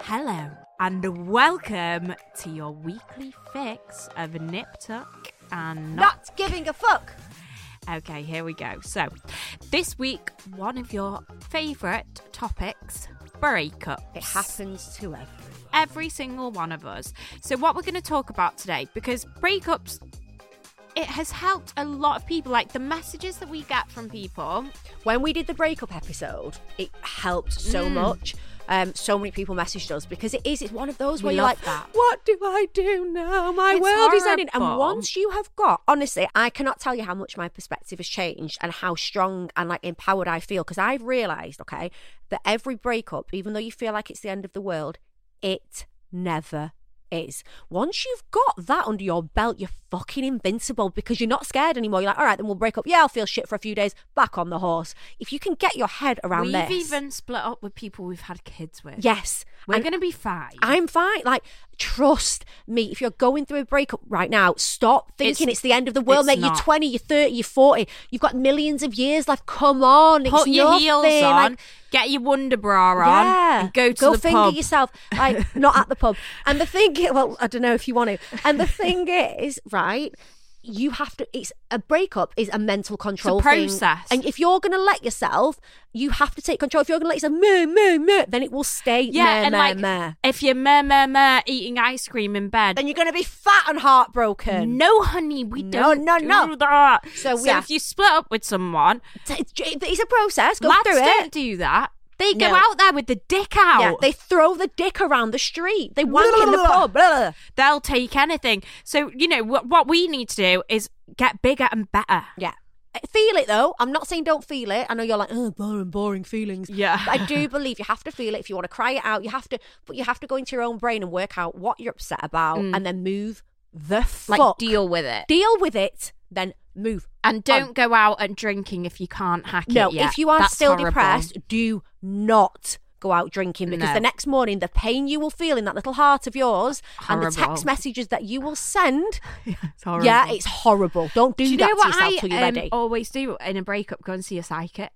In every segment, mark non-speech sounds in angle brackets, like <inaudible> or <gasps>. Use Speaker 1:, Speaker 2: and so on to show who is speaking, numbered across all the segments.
Speaker 1: Hello, and welcome to your weekly fix of Nip Tuck and Not.
Speaker 2: Not giving a fuck.
Speaker 1: Okay, here we go. So, this week, one of your favourite topics breakups.
Speaker 2: It happens to everyone.
Speaker 1: Every single one of us. So, what we're going to talk about today, because breakups, it has helped a lot of people. Like the messages that we get from people,
Speaker 2: When we did the breakup episode, it helped
Speaker 1: Mm.
Speaker 2: so much. Um, so many people messaged us because it is, it's one of those
Speaker 1: We
Speaker 2: where you're
Speaker 1: love
Speaker 2: like,
Speaker 1: that.
Speaker 2: what do I do now? My
Speaker 1: It's
Speaker 2: world is ending. And
Speaker 1: horrible.
Speaker 2: once you have got, honestly, I cannot tell you how much my perspective has changed and how strong and like empowered I feel because I've realised, okay, that every breakup, even though you feel like it's the end of the world, it never is. Once you've got that under your belt, you're fucking invincible because you're not scared anymore. You're like, all right, then we'll break up. Yeah, I'll feel shit for a few days. Back on the horse. If you can get your head around
Speaker 1: we've
Speaker 2: this,
Speaker 1: even split up with people we've had kids with.
Speaker 2: yes,
Speaker 1: We're
Speaker 2: and
Speaker 1: going to be fine.
Speaker 2: I'm fine. Like, trust me. If you're going through a breakup right now, stop thinking it's,
Speaker 1: It's-
Speaker 2: the end of the world,
Speaker 1: it's
Speaker 2: mate. You're
Speaker 1: not.
Speaker 2: 20, you're 30, you're 40. You've got millions of years left. Come on, it's
Speaker 1: Put your
Speaker 2: nothing.
Speaker 1: heels
Speaker 2: Like,
Speaker 1: on, get your wonder bra on,
Speaker 2: yeah.
Speaker 1: and go to the
Speaker 2: finger
Speaker 1: pub.
Speaker 2: yourself. Like,
Speaker 1: <laughs>
Speaker 2: not at the pub. And the thing, well, I don't know if you want to. And the thing is, right? You have to. It's a breakup is a mental control thing.
Speaker 1: process.
Speaker 2: and if you're gonna let yourself, you have to take control. If you're gonna let yourself, meh, meh, meh, then it will stay.
Speaker 1: Yeah,
Speaker 2: meh,
Speaker 1: and
Speaker 2: meh,
Speaker 1: like
Speaker 2: meh.
Speaker 1: if you're meh meh meh eating ice cream in bed.
Speaker 2: then you're gonna be fat and heartbroken.
Speaker 1: no, honey, we
Speaker 2: No,
Speaker 1: don't
Speaker 2: no,
Speaker 1: do
Speaker 2: no.
Speaker 1: that.
Speaker 2: So,
Speaker 1: So,
Speaker 2: yeah.
Speaker 1: if you split up with someone,
Speaker 2: It's, it's a process. Go
Speaker 1: lads
Speaker 2: through
Speaker 1: don't
Speaker 2: it.
Speaker 1: do that. They go
Speaker 2: No.
Speaker 1: out there with the dick out.
Speaker 2: Yeah, they throw the dick around the street. They wank in the pub. Blah.
Speaker 1: They'll take anything. So you know what? What we need to do is get bigger and better.
Speaker 2: Yeah. I Feel it though. I'm not saying don't feel it. I know you're like, oh, boring, boring feelings.
Speaker 1: Yeah.
Speaker 2: But I <laughs> do believe you have to feel it if you want to cry it out. You have to, but you have to go into your own brain and work out what you're upset about, and then move the fuck.
Speaker 1: Like deal with it
Speaker 2: Mm. deal with it, then move.
Speaker 1: and don't go out and drinking if you can't hack
Speaker 2: No,
Speaker 1: it yet.
Speaker 2: if you are
Speaker 1: That's
Speaker 2: still
Speaker 1: horrible.
Speaker 2: depressed, do not go out drinking because
Speaker 1: No.
Speaker 2: the next morning the pain you will feel in that little heart of yours and the text
Speaker 1: Horrible.
Speaker 2: messages that you will send,
Speaker 1: <laughs> It's horrible.
Speaker 2: yeah, it's horrible. Don't do,
Speaker 1: you
Speaker 2: that
Speaker 1: know
Speaker 2: to
Speaker 1: what
Speaker 2: yourself
Speaker 1: I
Speaker 2: till you're
Speaker 1: um,
Speaker 2: ready
Speaker 1: always do in a breakup? Go and see a psychic.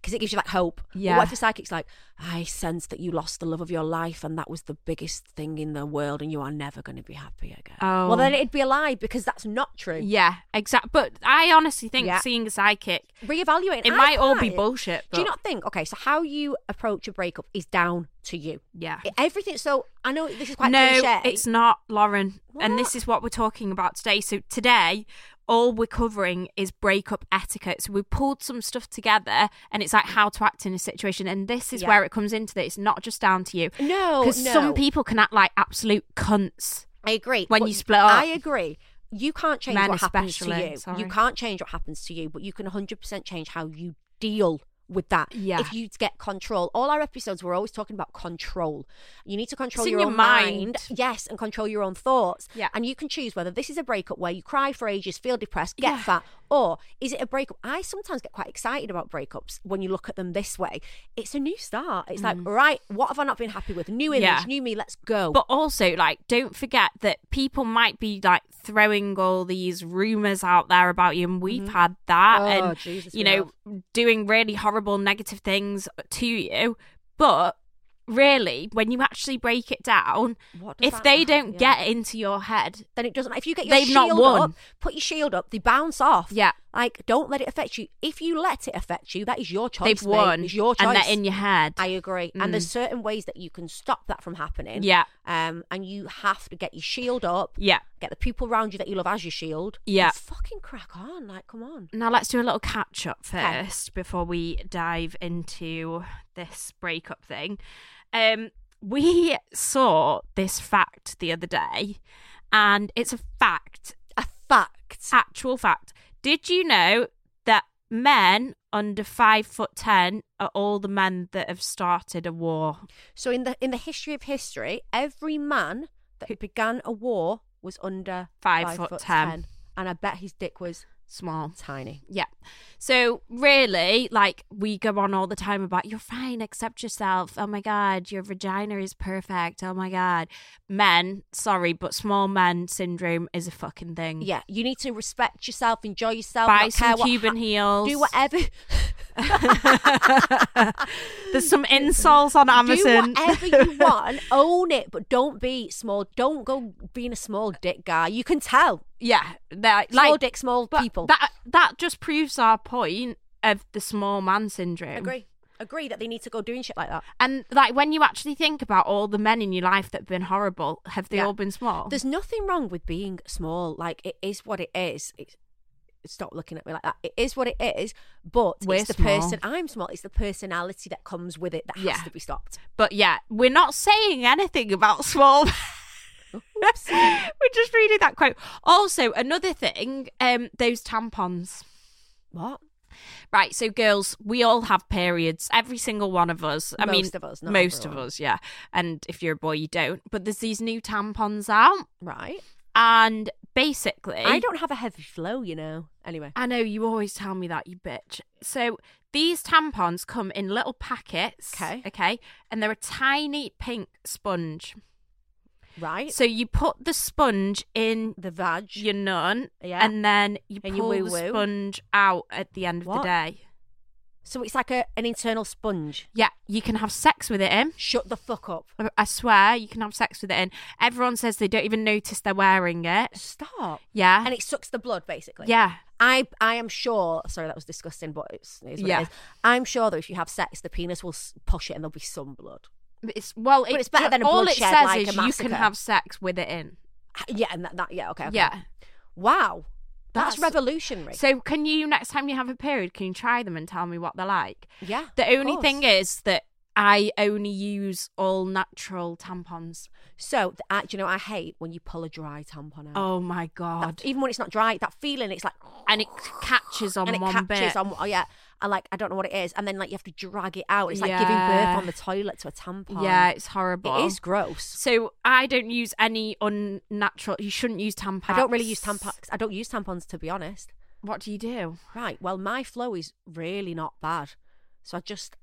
Speaker 2: because it gives you like hope. But
Speaker 1: Yeah.
Speaker 2: what if the psychic's like, I sense that you lost the love of your life and that was the biggest thing in the world and you are never going to be happy again. Well,
Speaker 1: Oh.
Speaker 2: then it'd be a lie because that's not true.
Speaker 1: Yeah, exactly. But I honestly think
Speaker 2: Yeah.
Speaker 1: seeing a psychic,
Speaker 2: Reevaluate.
Speaker 1: it
Speaker 2: I
Speaker 1: might all be
Speaker 2: find-
Speaker 1: bullshit.
Speaker 2: Do you
Speaker 1: but-
Speaker 2: not think? Okay, so how you approach a breakup is down to you.
Speaker 1: Yeah.
Speaker 2: Everything. So I know this is quite
Speaker 1: no,
Speaker 2: cliche.
Speaker 1: it's not, Lauren. And
Speaker 2: What?
Speaker 1: this is what we're talking about today. So today, all we're covering is breakup etiquette. So we pulled some stuff together, and it's like how to act in a situation. And this is
Speaker 2: Yeah.
Speaker 1: where it comes into that it's not just down to you.
Speaker 2: No,
Speaker 1: because
Speaker 2: no.
Speaker 1: some people can act like absolute cunts.
Speaker 2: I agree.
Speaker 1: when
Speaker 2: But
Speaker 1: you split up.
Speaker 2: I agree. You can't change
Speaker 1: Men
Speaker 2: what happens to
Speaker 1: especially,
Speaker 2: you.
Speaker 1: sorry.
Speaker 2: You can't change what happens to you, but you can 100% change how you deal with that.
Speaker 1: Yeah.
Speaker 2: If you get control, all our episodes we're always talking about control. You need to control
Speaker 1: in
Speaker 2: your,
Speaker 1: your
Speaker 2: own
Speaker 1: mind.
Speaker 2: Yes, and control your own thoughts.
Speaker 1: Yeah.
Speaker 2: And you can choose whether this is a breakup where you cry for ages, feel depressed, get
Speaker 1: Yeah.
Speaker 2: fat, or is it a breakup? I sometimes get quite excited about breakups when you look at them this way. It's a new start. It's like, right, what have I not been happy with? New
Speaker 1: Mm.
Speaker 2: image,
Speaker 1: Yeah.
Speaker 2: new me, let's go.
Speaker 1: But also, like, don't forget that people might be like throwing all these rumors out there about you, and we've had that,
Speaker 2: Oh,
Speaker 1: and
Speaker 2: Jesus,
Speaker 1: you
Speaker 2: we
Speaker 1: know, doing really horrible, negative things to you. But really, when you actually break it down,
Speaker 2: What does
Speaker 1: if
Speaker 2: that
Speaker 1: they
Speaker 2: matter?
Speaker 1: don't
Speaker 2: Yeah.
Speaker 1: get into your head,
Speaker 2: then it doesn't. If you get your
Speaker 1: They've not
Speaker 2: shield
Speaker 1: won.
Speaker 2: up, put your shield up, they bounce off.
Speaker 1: Yeah.
Speaker 2: Like, don't let it affect you. If you let it affect you, that is your choice.
Speaker 1: They've
Speaker 2: mate.
Speaker 1: won.
Speaker 2: It's your choice.
Speaker 1: And they're in your head.
Speaker 2: I agree.
Speaker 1: Mm.
Speaker 2: And there's certain ways that you can stop that from happening.
Speaker 1: Yeah.
Speaker 2: Um, and you have to get your shield up,
Speaker 1: yeah.
Speaker 2: get the people around you that you love as your shield.
Speaker 1: Yeah.
Speaker 2: and fucking crack on. Like, come on.
Speaker 1: Now let's do a little catch up
Speaker 2: Okay.
Speaker 1: first before we dive into this breakup thing. Um, we <laughs> saw this fact the other day, and it's a fact,
Speaker 2: A fact.
Speaker 1: actual fact. Did you know that men under five foot ten are all the men that have started a war?
Speaker 2: So in the in the history of history, every man that began a war was under
Speaker 1: Five foot ten.
Speaker 2: and I bet his dick was
Speaker 1: Small.
Speaker 2: tiny.
Speaker 1: Yeah. So really, like we go on all the time about you're fine, accept yourself. Oh my god, your vagina is perfect. Oh my god. Men, sorry, but small man syndrome is a fucking thing.
Speaker 2: Yeah, you need to respect yourself, enjoy yourself,
Speaker 1: Buy
Speaker 2: not care
Speaker 1: some
Speaker 2: what
Speaker 1: Cuban
Speaker 2: ha-
Speaker 1: heels.
Speaker 2: do whatever. <laughs>
Speaker 1: There's some insoles on Amazon.
Speaker 2: Do
Speaker 1: <laughs>
Speaker 2: whatever you want, own it, but don't be small. Don't go being a small dick guy. You can tell
Speaker 1: yeah. Like,
Speaker 2: small
Speaker 1: like
Speaker 2: dick, small
Speaker 1: but
Speaker 2: people.
Speaker 1: That that just proves our point of the small man syndrome.
Speaker 2: agree, agree that they need to go doing shit like that.
Speaker 1: And like when you actually think about all the men in your life that have been horrible, have they
Speaker 2: Yeah.
Speaker 1: all been small?
Speaker 2: There's nothing wrong with being small. Like it is what it is. It's, stop looking at me like that. It is what it is. But
Speaker 1: We're
Speaker 2: it's the
Speaker 1: small.
Speaker 2: person I'm small. It's the personality that comes with it that
Speaker 1: Yeah.
Speaker 2: has to be stopped.
Speaker 1: But yeah, we're not saying anything about <laughs> small. <laughs> we're just reading that quote. Also, another thing, um, those tampons.
Speaker 2: What?
Speaker 1: Right, so girls, we all have periods. Every single one of us. I mean,
Speaker 2: Most of us, not
Speaker 1: most of
Speaker 2: everyone.
Speaker 1: us, yeah. And if you're a boy, you don't. But there's these new tampons out,
Speaker 2: Right.
Speaker 1: and basically,
Speaker 2: I don't have a heavy flow, you know. Anyway.
Speaker 1: I know you always tell me that, you bitch. So these tampons come in little packets.
Speaker 2: Okay.
Speaker 1: Okay, and they're a tiny pink sponge.
Speaker 2: Right.
Speaker 1: So you put the sponge in
Speaker 2: the vag.
Speaker 1: your nun,
Speaker 2: Yeah.
Speaker 1: and then you
Speaker 2: And you
Speaker 1: pull the
Speaker 2: woo-woo.
Speaker 1: sponge out at the end of
Speaker 2: What?
Speaker 1: the day.
Speaker 2: So it's like a, an internal sponge.
Speaker 1: Yeah, you can have sex with it in.
Speaker 2: Shut the fuck up.
Speaker 1: I- I swear, you can have sex with it in. Everyone says they don't even notice they're wearing it.
Speaker 2: Stop.
Speaker 1: Yeah,
Speaker 2: And it sucks the blood, basically.
Speaker 1: yeah,
Speaker 2: I I am sure. Sorry, that was disgusting, but it's, it's what
Speaker 1: Yeah.
Speaker 2: it is. I'm sure that if you have sex, the penis will s- push it and there'll be some blood.
Speaker 1: But it's well,
Speaker 2: But
Speaker 1: it-
Speaker 2: it's better than a
Speaker 1: all it
Speaker 2: bloodshed,
Speaker 1: says
Speaker 2: like a
Speaker 1: is you can
Speaker 2: massacre.
Speaker 1: have sex with it in.
Speaker 2: Yeah, and that, that yeah, okay, okay.
Speaker 1: Yeah.
Speaker 2: Wow. That's,
Speaker 1: That's-
Speaker 2: revolutionary.
Speaker 1: So can you next time you have a period, can you try them and tell me what they're like?
Speaker 2: yeah.
Speaker 1: The
Speaker 2: of
Speaker 1: only
Speaker 2: course.
Speaker 1: thing is that I only use all natural tampons.
Speaker 2: So, th- uh, do you know, I hate when you pull a dry tampon out.
Speaker 1: Oh my god!
Speaker 2: That- even when it's not dry, that feeling, it's like.
Speaker 1: and it c- catches on
Speaker 2: and it
Speaker 1: one
Speaker 2: catches
Speaker 1: bit.
Speaker 2: on. Oh, yeah. I like, I don't know what it is. And then, like, you have to drag it out. It's like giving
Speaker 1: Yeah.
Speaker 2: birth on the toilet to a tampon.
Speaker 1: Yeah, it's horrible.
Speaker 2: It is gross.
Speaker 1: So I don't use any unnatural. You shouldn't use tampons.
Speaker 2: I don't really use tampons. I don't use tampons, to be honest.
Speaker 1: What do you do?
Speaker 2: Right. Well, my flow is really not bad. So I just,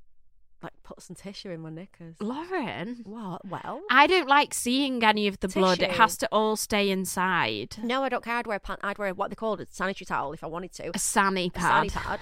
Speaker 2: like, put some tissue in my knickers.
Speaker 1: Lauren,
Speaker 2: What? Well.
Speaker 1: I don't like seeing any of the blood. It
Speaker 2: Tissue.
Speaker 1: has to all stay inside.
Speaker 2: No, I don't care. I'd wear a pant. I'd wear what they called a sanitary towel if I wanted to.
Speaker 1: A sani
Speaker 2: A
Speaker 1: pad.
Speaker 2: sani pad.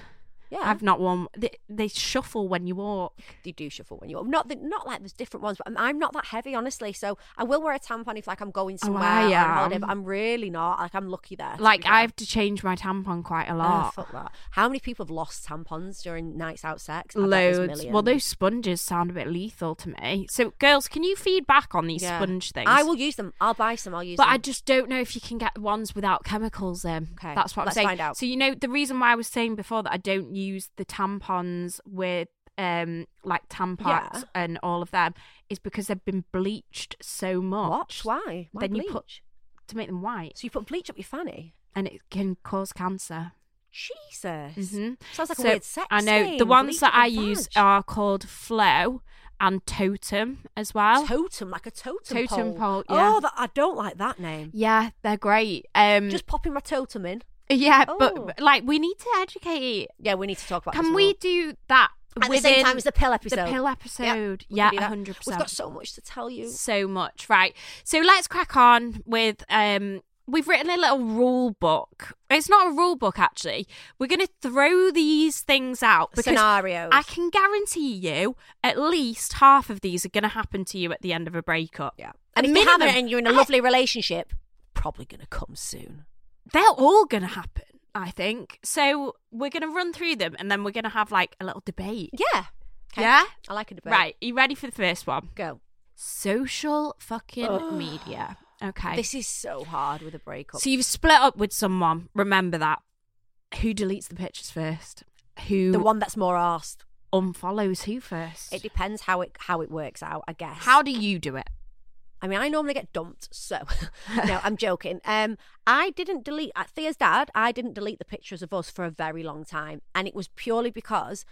Speaker 2: Yeah,
Speaker 1: I've not worn. They, they shuffle when you walk.
Speaker 2: they do shuffle when you're not. The, not like there's different ones, but I'm, I'm not that heavy, honestly. So I will wear a tampon if like I'm going
Speaker 1: Oh,
Speaker 2: somewhere.
Speaker 1: I
Speaker 2: or on holiday,
Speaker 1: am.
Speaker 2: but I'm really not. Like I'm lucky there. to be
Speaker 1: Like
Speaker 2: fair.
Speaker 1: I have to change my tampon quite a
Speaker 2: Oh,
Speaker 1: lot.
Speaker 2: fuck that. How many people have lost tampons during nights out sex? I bet there's
Speaker 1: Loads. Well, those
Speaker 2: millions.
Speaker 1: sponges sound a bit lethal to me. So, girls, can you feed back on these
Speaker 2: Yeah.
Speaker 1: sponge things?
Speaker 2: I will use them. I'll buy some. I'll use.
Speaker 1: But
Speaker 2: them.
Speaker 1: I just don't know if you can get ones without chemicals in.
Speaker 2: Okay,
Speaker 1: That's what I'm
Speaker 2: let's
Speaker 1: saying.
Speaker 2: find out.
Speaker 1: So you know the reason why I was saying before that I don't use the tampons with um like Tampax
Speaker 2: Yeah.
Speaker 1: and all of them is because they've been bleached so much.
Speaker 2: what? Why? Why
Speaker 1: then
Speaker 2: bleach?
Speaker 1: you put to make them white
Speaker 2: So you put bleach up your fanny.
Speaker 1: and it can cause cancer.
Speaker 2: Jesus.
Speaker 1: Mhm.
Speaker 2: Sounds like
Speaker 1: So,
Speaker 2: a weird sex.
Speaker 1: I know the
Speaker 2: thing.
Speaker 1: ones
Speaker 2: Bleach
Speaker 1: that
Speaker 2: up your
Speaker 1: I use
Speaker 2: vag.
Speaker 1: are called Flow and Totem as well.
Speaker 2: totem, like a totem,
Speaker 1: Totem
Speaker 2: pole.
Speaker 1: pole, yeah.
Speaker 2: Oh, that, I don't like that name.
Speaker 1: yeah, they're great. Um
Speaker 2: Just popping my totem in.
Speaker 1: yeah,
Speaker 2: Oh.
Speaker 1: but like we need to educate
Speaker 2: Yeah, we need to talk about. this
Speaker 1: Can
Speaker 2: more.
Speaker 1: we do that
Speaker 2: at the same time as the pill episode?
Speaker 1: The pill episode,
Speaker 2: we
Speaker 1: yeah,
Speaker 2: can do that.
Speaker 1: hundred
Speaker 2: We've got
Speaker 1: percent.
Speaker 2: so much to tell you.
Speaker 1: So much, right? So let's crack on with. um We've written a little rule book. It's not a rule book, actually. We're going to throw these things out because
Speaker 2: Scenarios.
Speaker 1: I can guarantee you at least half of these are going to happen to you at the end of a breakup.
Speaker 2: Yeah,
Speaker 1: A
Speaker 2: and if you haven't
Speaker 1: minimum-
Speaker 2: and you're in a lovely relationship, probably gonna come soon.
Speaker 1: They're all going to happen. I think. So we're going to run through them and then we're going to have like a little debate.
Speaker 2: Yeah. 'Kay.
Speaker 1: Yeah?
Speaker 2: I like a debate.
Speaker 1: Right. You ready for the first one?
Speaker 2: Go.
Speaker 1: Social fucking
Speaker 2: Ugh.
Speaker 1: media. Okay.
Speaker 2: This is so hard with a breakup.
Speaker 1: so you've split up with someone. Remember that. Who deletes the pictures first? Who
Speaker 2: the one that's more arsed.
Speaker 1: unfollows who first?
Speaker 2: It depends how it how it works out, I guess.
Speaker 1: How do you do it?
Speaker 2: I mean, I normally get dumped, so <laughs> no, I'm joking. Um, I didn't delete at Thea's dad. I didn't delete the pictures of us for a very long time, and it was purely because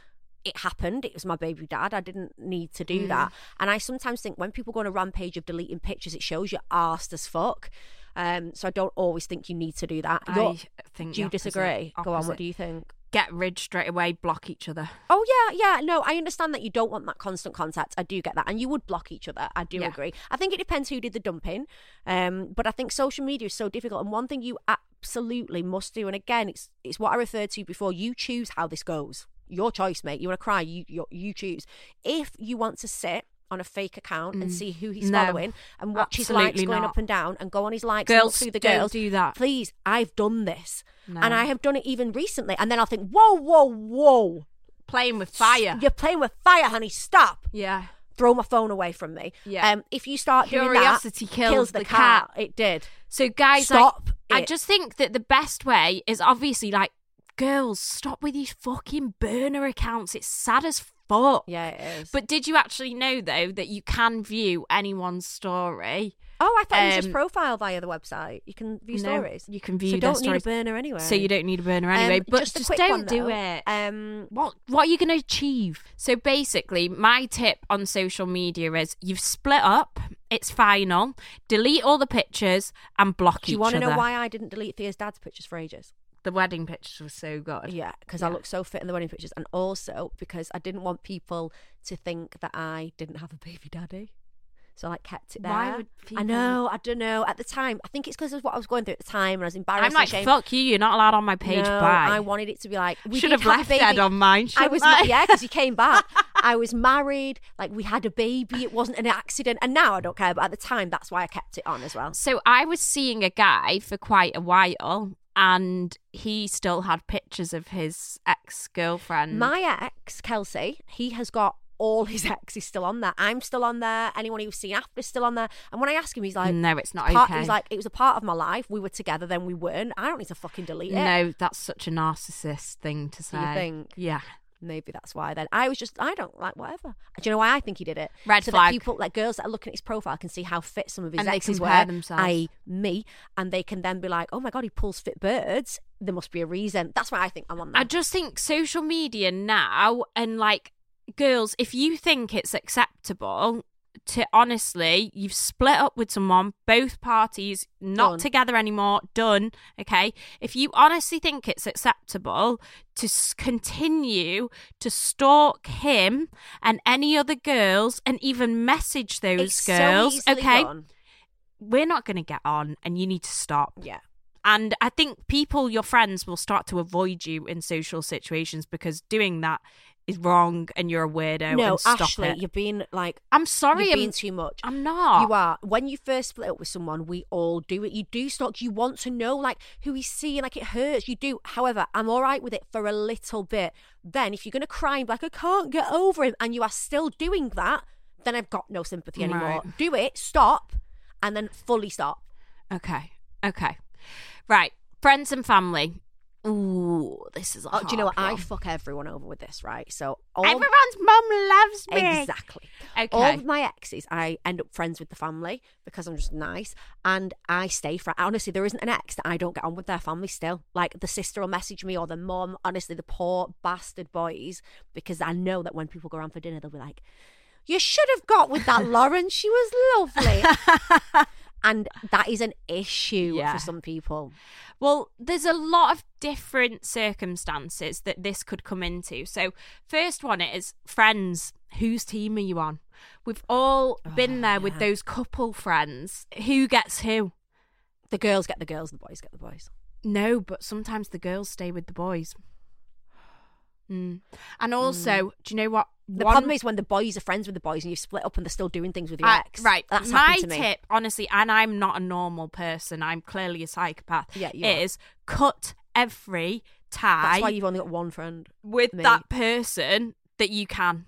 Speaker 2: it happened. It was my baby dad. I didn't need to do
Speaker 1: Mm.
Speaker 2: that. And I sometimes think when people go on a rampage of deleting pictures, it shows you're arsed as fuck. Um, so I don't always think you need to do that.
Speaker 1: I
Speaker 2: You're-
Speaker 1: think
Speaker 2: do you
Speaker 1: the opposite-
Speaker 2: disagree? Go on.
Speaker 1: opposite.
Speaker 2: What do you think?
Speaker 1: Get rid straight away, block each other.
Speaker 2: Oh yeah, yeah. No, I understand that you don't want that constant contact. I do get that, and you would block each other. I do
Speaker 1: Yeah.
Speaker 2: agree. I think it depends who did the dumping, um, but I think social media is so difficult. And one thing you absolutely must do, and again, it's it's what I referred to before. You choose how this goes. Your choice, mate. You want to cry? You you, you choose. If you want to sit on a fake account and see who he's
Speaker 1: Mm. No,
Speaker 2: following and watch his
Speaker 1: absolutely
Speaker 2: likes going
Speaker 1: not.
Speaker 2: up and down and go on his likes and look
Speaker 1: Girls,
Speaker 2: through the
Speaker 1: don't
Speaker 2: girls
Speaker 1: do that.
Speaker 2: please I've done this
Speaker 1: No.
Speaker 2: and I have done it even recently and then I'll think whoa whoa whoa
Speaker 1: Playing with fire.
Speaker 2: you're playing with fire, honey. Stop.
Speaker 1: Yeah.
Speaker 2: Throw my phone away from me.
Speaker 1: Yeah.
Speaker 2: Um, if you start
Speaker 1: Curiosity
Speaker 2: doing that,
Speaker 1: kills the
Speaker 2: cat.
Speaker 1: cat.
Speaker 2: It did.
Speaker 1: So guys,
Speaker 2: Stop
Speaker 1: like, I
Speaker 2: it.
Speaker 1: just think that the best way is obviously like, girls, stop with these fucking burner accounts. It's sad as fuck.
Speaker 2: Yeah, it is.
Speaker 1: But did you actually know though that you can view anyone's story?
Speaker 2: oh, I thought it was just
Speaker 1: um,
Speaker 2: profile via the website. You can view
Speaker 1: No,
Speaker 2: stories.
Speaker 1: You can view
Speaker 2: so
Speaker 1: their
Speaker 2: don't
Speaker 1: stories.
Speaker 2: need a burner anyway.
Speaker 1: So you don't need a burner
Speaker 2: Um,
Speaker 1: anyway. but
Speaker 2: just,
Speaker 1: just,
Speaker 2: a quick
Speaker 1: don't
Speaker 2: one,
Speaker 1: do
Speaker 2: though.
Speaker 1: it.
Speaker 2: Um,
Speaker 1: what what are you going to achieve? So basically, my tip on social media is you've split up. It's final. Delete all the pictures and block
Speaker 2: do you
Speaker 1: each
Speaker 2: want
Speaker 1: other.
Speaker 2: to know why I didn't delete Thea's dad's pictures for ages?
Speaker 1: the wedding pictures were so good?
Speaker 2: Yeah, because I
Speaker 1: Yeah.
Speaker 2: look so fit in the wedding pictures, and also because I didn't want people to think that I didn't have a baby daddy. So I like kept it there.
Speaker 1: Why would
Speaker 2: I
Speaker 1: people-
Speaker 2: know, I don't know. At the time, I think it's because of what I was going through at the time, and I was embarrassed.
Speaker 1: I'm
Speaker 2: and
Speaker 1: like,
Speaker 2: ashamed.
Speaker 1: fuck you. You're not allowed on my page.
Speaker 2: No,
Speaker 1: Bye.
Speaker 2: I wanted it to be like we
Speaker 1: Should
Speaker 2: did
Speaker 1: have
Speaker 2: a
Speaker 1: left
Speaker 2: baby.
Speaker 1: that on mine,
Speaker 2: I
Speaker 1: shouldn't
Speaker 2: was
Speaker 1: I?
Speaker 2: ma- yeah, because you
Speaker 1: <laughs>
Speaker 2: came back. I was married. Like we had a baby. It wasn't an accident. And now I don't care. But at the time, that's why I kept it on as well.
Speaker 1: So I was seeing a guy for quite a while, and he still had pictures of his ex girlfriend.
Speaker 2: My ex, Kelsey, he has got all his <laughs> exes still on there. I'm still on there. Anyone he was seen after is still on there. And when I ask him, he's like,
Speaker 1: no, it's not
Speaker 2: part,
Speaker 1: okay.
Speaker 2: He's like, it was a part of my life. We were together, then we weren't. I don't need to fucking delete it.
Speaker 1: no, that's such a narcissist thing to say.
Speaker 2: You think?
Speaker 1: Yeah.
Speaker 2: Maybe that's why. Then I was just I don't like whatever. Do you know why I think he did it?
Speaker 1: Red
Speaker 2: so
Speaker 1: flag.
Speaker 2: That people like girls that are looking at his profile can see how fit some of his
Speaker 1: And they
Speaker 2: exes
Speaker 1: compare
Speaker 2: were,
Speaker 1: themselves.
Speaker 2: i.e., me, and they can then be like, "Oh my god, he pulls fit birds." There must be a reason. That's why I think I'm on that.
Speaker 1: I just think social media now and like girls, if you think it's acceptable to honestly, you've split up with someone, both parties not
Speaker 2: Done.
Speaker 1: together anymore, done. Okay. If you honestly think it's acceptable to s- continue to stalk him and any other girls and even message those
Speaker 2: It's so
Speaker 1: girls,
Speaker 2: easily
Speaker 1: okay,
Speaker 2: done.
Speaker 1: we're not going to get on and you need to stop.
Speaker 2: Yeah.
Speaker 1: And I think people, your friends, will start to avoid you in social situations because doing that is wrong and you're a weirdo.
Speaker 2: No,
Speaker 1: and stop
Speaker 2: Ashley,
Speaker 1: it.
Speaker 2: you've been like
Speaker 1: I'm sorry,
Speaker 2: You're being
Speaker 1: I'm-
Speaker 2: too much.
Speaker 1: I'm not.
Speaker 2: You are. When you first split up with someone, we all do it. You do stalk. You want to know like who he's seeing. Like it hurts. You do. However, I'm all right with it for a little bit. Then if you're gonna cry and be like I can't get over him, and you are still doing that, then I've got no sympathy anymore.
Speaker 1: Right.
Speaker 2: Do it. Stop, and then fully stop.
Speaker 1: Okay. Okay. Right. Friends and family. Ooh, this is a
Speaker 2: Oh, do you know what?
Speaker 1: hard
Speaker 2: I
Speaker 1: one.
Speaker 2: fuck everyone over with this, right? So all
Speaker 1: Everyone's mum loves me.
Speaker 2: Exactly.
Speaker 1: Okay.
Speaker 2: All of my exes, I end up friends with the family because I'm just nice, and I stay friends. Honestly, there isn't an ex that I don't get on with their family still. Like the sister will message me or the mom. Honestly, the poor bastard boys, because I know that when people go around for dinner, they'll be like, "You should have got with that Lauren. She
Speaker 1: <laughs>
Speaker 2: was lovely." And that is an issue
Speaker 1: Yeah.
Speaker 2: for some people.
Speaker 1: Well, there's a lot of different circumstances that this could come into. So, first one is friends. Whose team are you on? We've all
Speaker 2: Oh,
Speaker 1: been there with those couple friends. Who gets who?
Speaker 2: The girls get the girls, the boys get the boys.
Speaker 1: No, but sometimes the girls stay with the <sighs> boys. Mm. And also, do you know what?
Speaker 2: Hmm. The
Speaker 1: One-
Speaker 2: problem is when the boys are friends with the boys and you split up and they're still doing things with your
Speaker 1: I-
Speaker 2: ex.
Speaker 1: right.
Speaker 2: That's
Speaker 1: my
Speaker 2: happened to me.
Speaker 1: tip, honestly, and I'm not a normal person. I'm clearly a psychopath.
Speaker 2: Yeah, you are.
Speaker 1: is cut every
Speaker 2: That's
Speaker 1: tie
Speaker 2: why you've only got one friend.
Speaker 1: with
Speaker 2: me.
Speaker 1: that person that you can.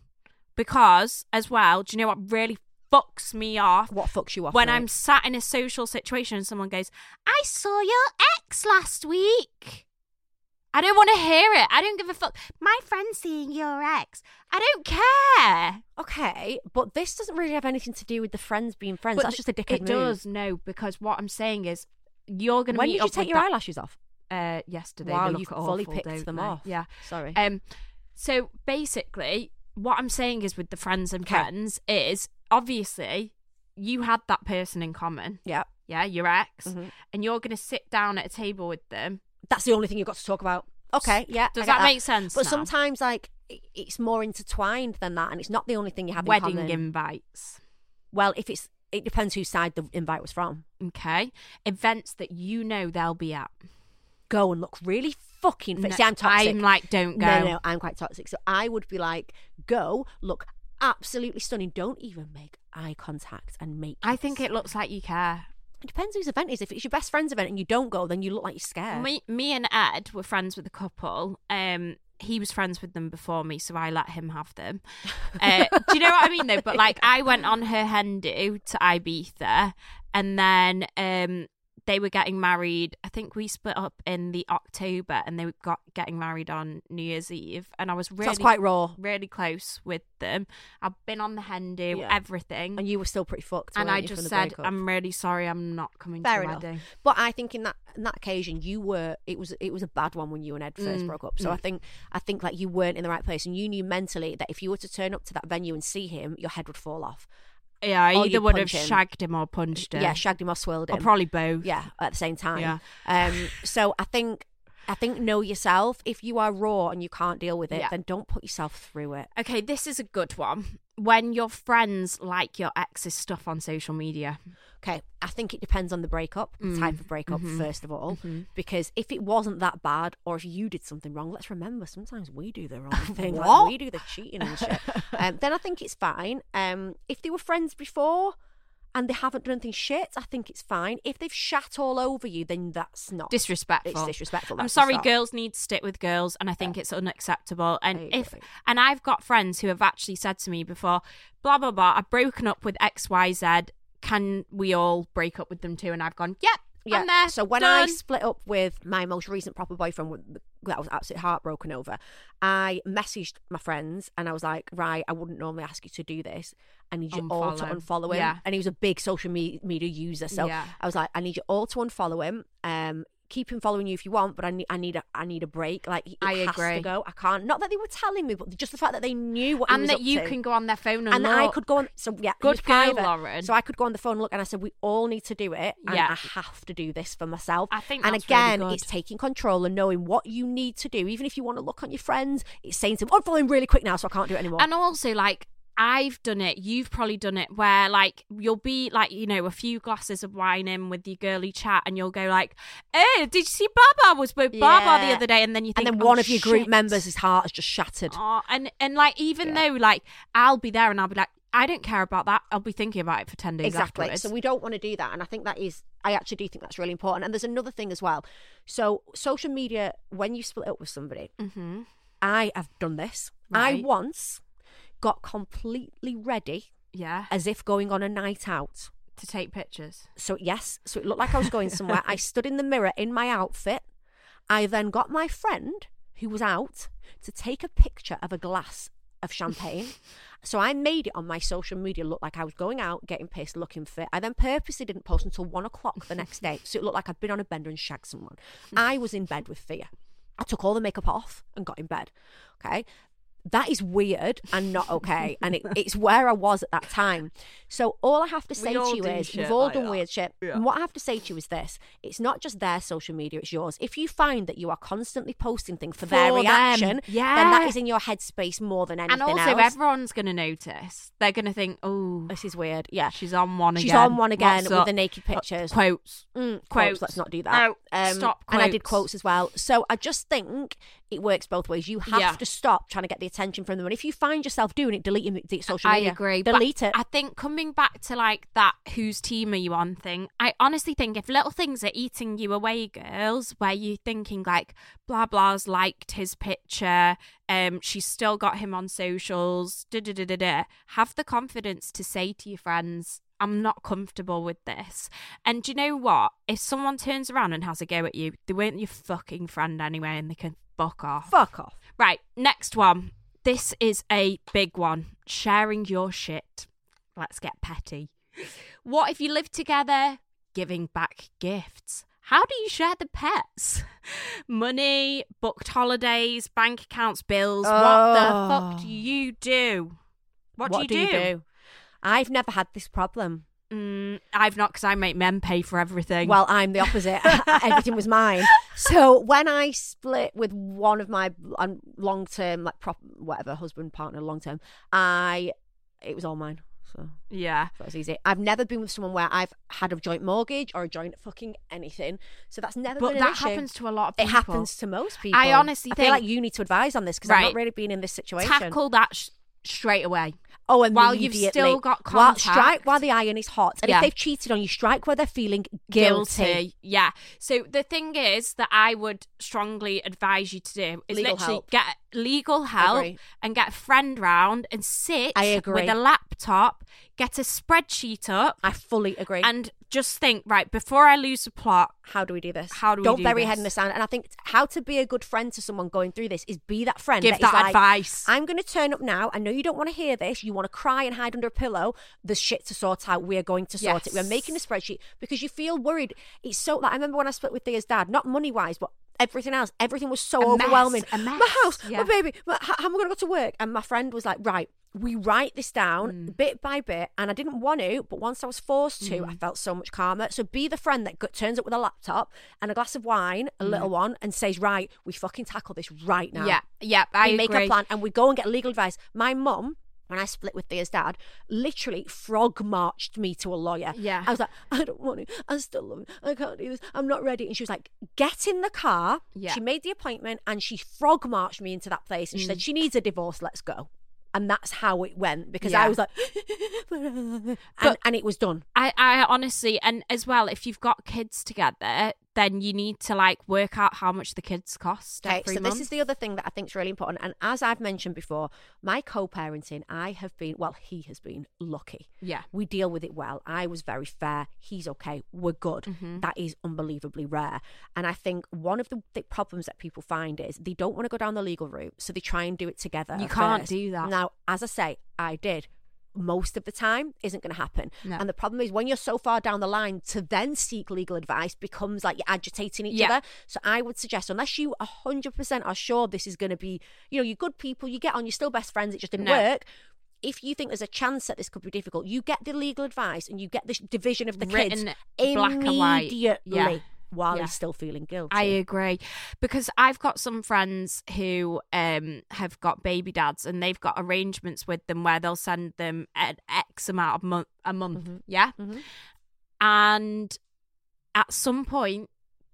Speaker 1: Because, as well, do you know what really fucks me off?
Speaker 2: What fucks you off?
Speaker 1: when
Speaker 2: mate?
Speaker 1: I'm sat in a social situation and someone goes, I saw your ex last week. I don't want to hear it. I don't give a fuck. My friend's seeing your ex. I don't care.
Speaker 2: okay, but this doesn't really have anything to do with the friends being friends.
Speaker 1: But
Speaker 2: That's just a
Speaker 1: th-
Speaker 2: dickhead
Speaker 1: It
Speaker 2: move.
Speaker 1: does, no, because what I'm saying is you're going to
Speaker 2: When
Speaker 1: meet
Speaker 2: did
Speaker 1: up
Speaker 2: you take
Speaker 1: with
Speaker 2: your
Speaker 1: that-
Speaker 2: eyelashes off?
Speaker 1: Uh, yesterday.
Speaker 2: wow,
Speaker 1: they look
Speaker 2: you
Speaker 1: awful,
Speaker 2: fully picked
Speaker 1: don't
Speaker 2: them
Speaker 1: they?
Speaker 2: off.
Speaker 1: Yeah.
Speaker 2: sorry.
Speaker 1: Um, so basically, what I'm saying is with the friends and
Speaker 2: Okay.
Speaker 1: friends is obviously you had that person in common.
Speaker 2: yeah,
Speaker 1: Yeah, your ex,
Speaker 2: Mhm.
Speaker 1: and you're going to sit down at a table with them.
Speaker 2: that's the only thing you've got to talk about. Okay, yeah.
Speaker 1: Does
Speaker 2: I get
Speaker 1: that make sense
Speaker 2: But
Speaker 1: now?
Speaker 2: sometimes, like, i- it's more intertwined than that, and it's not the only thing you have in
Speaker 1: Wedding
Speaker 2: common.
Speaker 1: invites.
Speaker 2: Well, if it's, it depends whose side the invite was from.
Speaker 1: Okay. Events that you know they'll be at.
Speaker 2: Go and look really fucking fit.
Speaker 1: No,
Speaker 2: See, I'm toxic.
Speaker 1: I'm like, don't go.
Speaker 2: No, no, no, I'm quite toxic. So I would be like, go look absolutely stunning. Don't even make eye contact and make.
Speaker 1: I think it looks like you care.
Speaker 2: It depends whose event it is. If it's your best friend's event and you don't go, then you look like you're scared.
Speaker 1: Me, me and Ed were friends with a couple. Um, he was friends with them before me, so I let him have them.
Speaker 2: <laughs>
Speaker 1: Uh, do you know what I mean, though? But like, I went on her Hindu to Ibiza, and then um, they were getting married. I think we split up in the October, and they got getting married on New Year's Eve. And I was
Speaker 2: So
Speaker 1: really
Speaker 2: That's quite raw.
Speaker 1: really close with them. I've been on the Hindu,
Speaker 2: Yeah.
Speaker 1: everything.
Speaker 2: And you were still pretty fucked.
Speaker 1: and
Speaker 2: weren't
Speaker 1: I
Speaker 2: you, from
Speaker 1: just
Speaker 2: the
Speaker 1: said,
Speaker 2: breakup?
Speaker 1: I'm really sorry, I'm not coming
Speaker 2: Fair
Speaker 1: to the
Speaker 2: enough.
Speaker 1: wedding.
Speaker 2: But I think in that in that occasion you were it was it was a bad one when you and Ed first
Speaker 1: Mm,
Speaker 2: broke up. So I
Speaker 1: mm.
Speaker 2: think I think like you weren't in the right place and you knew mentally that if you were to turn up to that venue and see him, your head would fall off.
Speaker 1: Yeah, I
Speaker 2: Or
Speaker 1: either
Speaker 2: you'd
Speaker 1: would have
Speaker 2: punch him.
Speaker 1: shagged him or punched him.
Speaker 2: Yeah, shagged him or swirled him.
Speaker 1: or probably both.
Speaker 2: yeah, at the same time.
Speaker 1: Yeah.
Speaker 2: Um so I think I think know yourself. If you are raw and you can't deal with it,
Speaker 1: Yeah.
Speaker 2: then don't put yourself through it.
Speaker 1: Okay, this is a good one. When your friends like your ex's stuff on social media.
Speaker 2: Okay, I think it depends on the breakup,
Speaker 1: Mm.
Speaker 2: the type of breakup,
Speaker 1: Mm-hmm.
Speaker 2: first of all, because if it wasn't that bad, or if you did something wrong, let's remember sometimes we do the
Speaker 1: <laughs>
Speaker 2: wrong thing, like,
Speaker 1: What?
Speaker 2: we do the cheating
Speaker 1: <laughs>
Speaker 2: and shit. um, then I think it's fine. Um, if they were friends before and they haven't done anything shit, I think it's fine. If they've shat all over you, then that's not
Speaker 1: Disrespectful.
Speaker 2: It's disrespectful.
Speaker 1: I'm
Speaker 2: that's
Speaker 1: sorry,
Speaker 2: not.
Speaker 1: girls need to stick with girls, and I think it's unacceptable. And
Speaker 2: I
Speaker 1: if
Speaker 2: agree.
Speaker 1: and I've got friends who have actually said to me before, blah blah blah, I've broken up with X Y Z. Can we all break up with them too? And I've gone, yep, I'm there.
Speaker 2: So when I
Speaker 1: done.
Speaker 2: split up with my most recent proper boyfriend, wh- that I was absolutely heartbroken over, I messaged my friends and I was like, right, I wouldn't normally ask you to do this. I need you all to
Speaker 1: Unfollow.
Speaker 2: unfollow him.
Speaker 1: Yeah.
Speaker 2: And he was a big social me- media user, so
Speaker 1: Yeah.
Speaker 2: I was like, I need you all to unfollow him. Um, keep him following you if you want, but I need, I need, a, I need a break. Like it
Speaker 1: I
Speaker 2: has
Speaker 1: agree.
Speaker 2: to go. I can't. Not that they were telling me, but just the fact that they knew what he
Speaker 1: and
Speaker 2: was
Speaker 1: that
Speaker 2: up
Speaker 1: you
Speaker 2: to
Speaker 1: can go on their phone and,
Speaker 2: and I
Speaker 1: look.
Speaker 2: could go on. So yeah,
Speaker 1: Good
Speaker 2: it was private.
Speaker 1: girl, Lauren.
Speaker 2: So I could go on the phone and look, and I said, "We all need to do it. And
Speaker 1: Yeah.
Speaker 2: I have to do this for myself."
Speaker 1: I think
Speaker 2: and
Speaker 1: that's really
Speaker 2: again,
Speaker 1: good.
Speaker 2: it's taking control and knowing what you need to do, even if you want to look on your friends. It's saying to them, "Unfollow him really quick now, so I can't do it anymore."
Speaker 1: And also, like, I've done it, you've probably done it, where like you'll be like, you know, a few glasses of wine in with your girly chat, and you'll go like, "Oh, did you see Baba was with Baba the
Speaker 2: Yeah.
Speaker 1: other day?" And then you think,
Speaker 2: and then
Speaker 1: "Oh,
Speaker 2: one of your group
Speaker 1: shit."
Speaker 2: members, his heart is just shattered.
Speaker 1: Oh, and and like even though like I'll be there and I'll be like, I don't care about that. I'll be thinking about it for ten days
Speaker 2: exactly
Speaker 1: afterwards.
Speaker 2: so we don't want to do that and i think that is i actually do think that's really important and there's another thing as well so social media when you split up with somebody i have done this i
Speaker 1: Mm-hmm. Right.
Speaker 2: once got completely ready
Speaker 1: yeah,
Speaker 2: as if going on a night out
Speaker 1: to take pictures.
Speaker 2: so yes so it looked like i was going somewhere i stood in the mirror in my outfit i then got my friend who was out to take a picture of a glass of
Speaker 1: <laughs>
Speaker 2: champagne so i made it on my social media look like i was going out getting pissed looking fit i then purposely didn't post until one o'clock the next day so it looked like i'd been on a bender and shagged someone i was in bed with fear i took all the makeup off and got in bed okay that is weird and not
Speaker 1: <laughs>
Speaker 2: okay and it, it's where i was at that time so all i have to
Speaker 1: We
Speaker 2: say
Speaker 1: all
Speaker 2: to you
Speaker 1: do
Speaker 2: is
Speaker 1: shit
Speaker 2: we've all
Speaker 1: like
Speaker 2: done
Speaker 1: that.
Speaker 2: weird shit
Speaker 1: Yeah.
Speaker 2: and what i have to say to you is this it's not just their social media it's yours if you find that you are constantly posting things for, their
Speaker 1: For them.
Speaker 2: reaction then
Speaker 1: Yeah.
Speaker 2: that is in your headspace more than anything
Speaker 1: and also,
Speaker 2: else
Speaker 1: everyone's gonna notice. They're gonna think, "Oh,
Speaker 2: this is weird yeah
Speaker 1: she's on one again."
Speaker 2: She's on one again
Speaker 1: What's
Speaker 2: with
Speaker 1: up?
Speaker 2: the naked
Speaker 1: Uh,
Speaker 2: pictures.
Speaker 1: quotes.
Speaker 2: Mm, quotes.
Speaker 1: Quotes.
Speaker 2: Let's not do that. Um,
Speaker 1: No, stop
Speaker 2: And I did
Speaker 1: quotes.
Speaker 2: quotes as well. So I just think it works both ways. You have
Speaker 1: Yeah.
Speaker 2: to stop trying to get the attention from them. And if you find yourself doing it, delete your m- d- social
Speaker 1: I
Speaker 2: media.
Speaker 1: agree. but
Speaker 2: Delete it.
Speaker 1: I think coming back to like that whose team are you on thing, I honestly think if little things are eating you away, girls, where you're thinking like blah blah's liked his picture, um, she's still got him on socials, da da da da da, have the confidence to say to your friends, I'm not comfortable with this. And do you know what? If someone turns around and has a go at you, they weren't your fucking friend anyway and they can fuck off.
Speaker 2: Fuck off.
Speaker 1: Right, next one. This is a big one. Sharing your shit. Let's get petty. What if you live together? Giving back gifts. How do you share the pets? <laughs> Money, booked holidays, bank accounts, bills. What the
Speaker 2: Oh.
Speaker 1: fuck do you do? What, do you do?
Speaker 2: I've never had this problem.
Speaker 1: Mm, I've not because I make men pay for everything.
Speaker 2: Well, I'm the opposite. <laughs> Everything was mine. So when I split with one of my long term, like prop, whatever husband, partner, long term, I it was all mine. So
Speaker 1: yeah.
Speaker 2: that was easy. I've never been with someone where I've had a joint mortgage or a joint fucking anything. So that's never.
Speaker 1: But
Speaker 2: been an
Speaker 1: that
Speaker 2: issue.
Speaker 1: happens to a lot of
Speaker 2: It
Speaker 1: people.
Speaker 2: happens to most people.
Speaker 1: honestly
Speaker 2: I feel like
Speaker 1: think-
Speaker 2: you need to advise on this because I've
Speaker 1: Right.
Speaker 2: not really been in this situation.
Speaker 1: Tackle that sh- straight away.
Speaker 2: Oh, and
Speaker 1: While you've
Speaker 2: immediately-
Speaker 1: still got
Speaker 2: While, strike
Speaker 1: contact.
Speaker 2: while the iron is hot, and
Speaker 1: Yeah.
Speaker 2: if they've cheated on you, strike while they're feeling guilty.
Speaker 1: Yeah. So the thing is that I would strongly advise you to do is
Speaker 2: Legal
Speaker 1: literally
Speaker 2: help.
Speaker 1: get legal help
Speaker 2: Agree.
Speaker 1: and get a friend round and sit
Speaker 2: I agree.
Speaker 1: with a laptop, get a spreadsheet up,
Speaker 2: I fully agree.
Speaker 1: and just think right before I lose the plot.
Speaker 2: how do we do this?
Speaker 1: How do we
Speaker 2: Don't
Speaker 1: do
Speaker 2: bury your head in the
Speaker 1: this?
Speaker 2: sand. And I think how to be a good friend to someone going through this is be that friend.
Speaker 1: Give
Speaker 2: that is
Speaker 1: that
Speaker 2: like,
Speaker 1: advice.
Speaker 2: I'm going to turn up now. I know you don't want to hear this. You want to cry and hide under a pillow. There's shit to sort out. We are going to sort it. We're
Speaker 1: Yes.
Speaker 2: making a spreadsheet because you feel worried. It's so like I remember when I split with Thea's dad, not money wise, but everything else. Everything was so
Speaker 1: A mess,
Speaker 2: overwhelming.
Speaker 1: a
Speaker 2: My
Speaker 1: mess,
Speaker 2: house,
Speaker 1: yeah.
Speaker 2: my baby. My, how, how am I going to go to work? And my friend was like, right. We write this down bit by bit, and I didn't want to, but once I was forced to, I felt so much calmer. So be the friend that go- turns up with a laptop and a glass of wine, a little one, and says, "Right, we fucking tackle this right now."
Speaker 1: Yeah. Yeah. I
Speaker 2: we make
Speaker 1: agree.
Speaker 2: a plan and we go and get legal advice. My mum, when I split with Thea's dad, literally frog marched me to a lawyer.
Speaker 1: Yeah.
Speaker 2: I was like, I don't want to. I still love it. I can't do this. I'm not ready. And she was like, get in the car.
Speaker 1: Yeah.
Speaker 2: She made the appointment and she frog marched me into that place. And she said,
Speaker 1: Mm.
Speaker 2: she needs a divorce. Let's go. And that's how it went because
Speaker 1: Yeah.
Speaker 2: I was like, <laughs> and, and it was done.
Speaker 1: I, I honestly, and as well, if you've got kids together, then you need to like work out how much the kids cost.
Speaker 2: Okay,
Speaker 1: every
Speaker 2: so
Speaker 1: month.
Speaker 2: this is the other thing that I think is really important. And as I've mentioned before, my co parenting, I have been, well, he has been lucky.
Speaker 1: Yeah.
Speaker 2: We deal with it well. I was very fair. He's okay. We're good.
Speaker 1: Mm-hmm.
Speaker 2: That is unbelievably rare. And I think one of the, the problems that people find is they don't want to go down the legal route. So they try and do it together.
Speaker 1: You
Speaker 2: at
Speaker 1: can't
Speaker 2: first.
Speaker 1: do that.
Speaker 2: Now, as I say, I did. Most of the time isn't going to happen.
Speaker 1: No.
Speaker 2: And the problem is when you're so far down the line to then seek legal advice becomes like you're agitating each
Speaker 1: Yeah.
Speaker 2: other. So I would suggest, unless you 100% are sure this is going to be, you know, you're good people, you get on, you're still best friends, it just didn't
Speaker 1: No.
Speaker 2: work. If you think there's a chance that this could be difficult, you get the legal advice and you get this division of the kids
Speaker 1: Written black and white.
Speaker 2: immediately
Speaker 1: Yeah.
Speaker 2: while
Speaker 1: Yeah.
Speaker 2: he's still feeling guilty.
Speaker 1: I agree because I've got some friends who um have got baby dads and they've got arrangements with them where they'll send them an X amount of month a month, yeah,
Speaker 2: Mhm.
Speaker 1: and at some point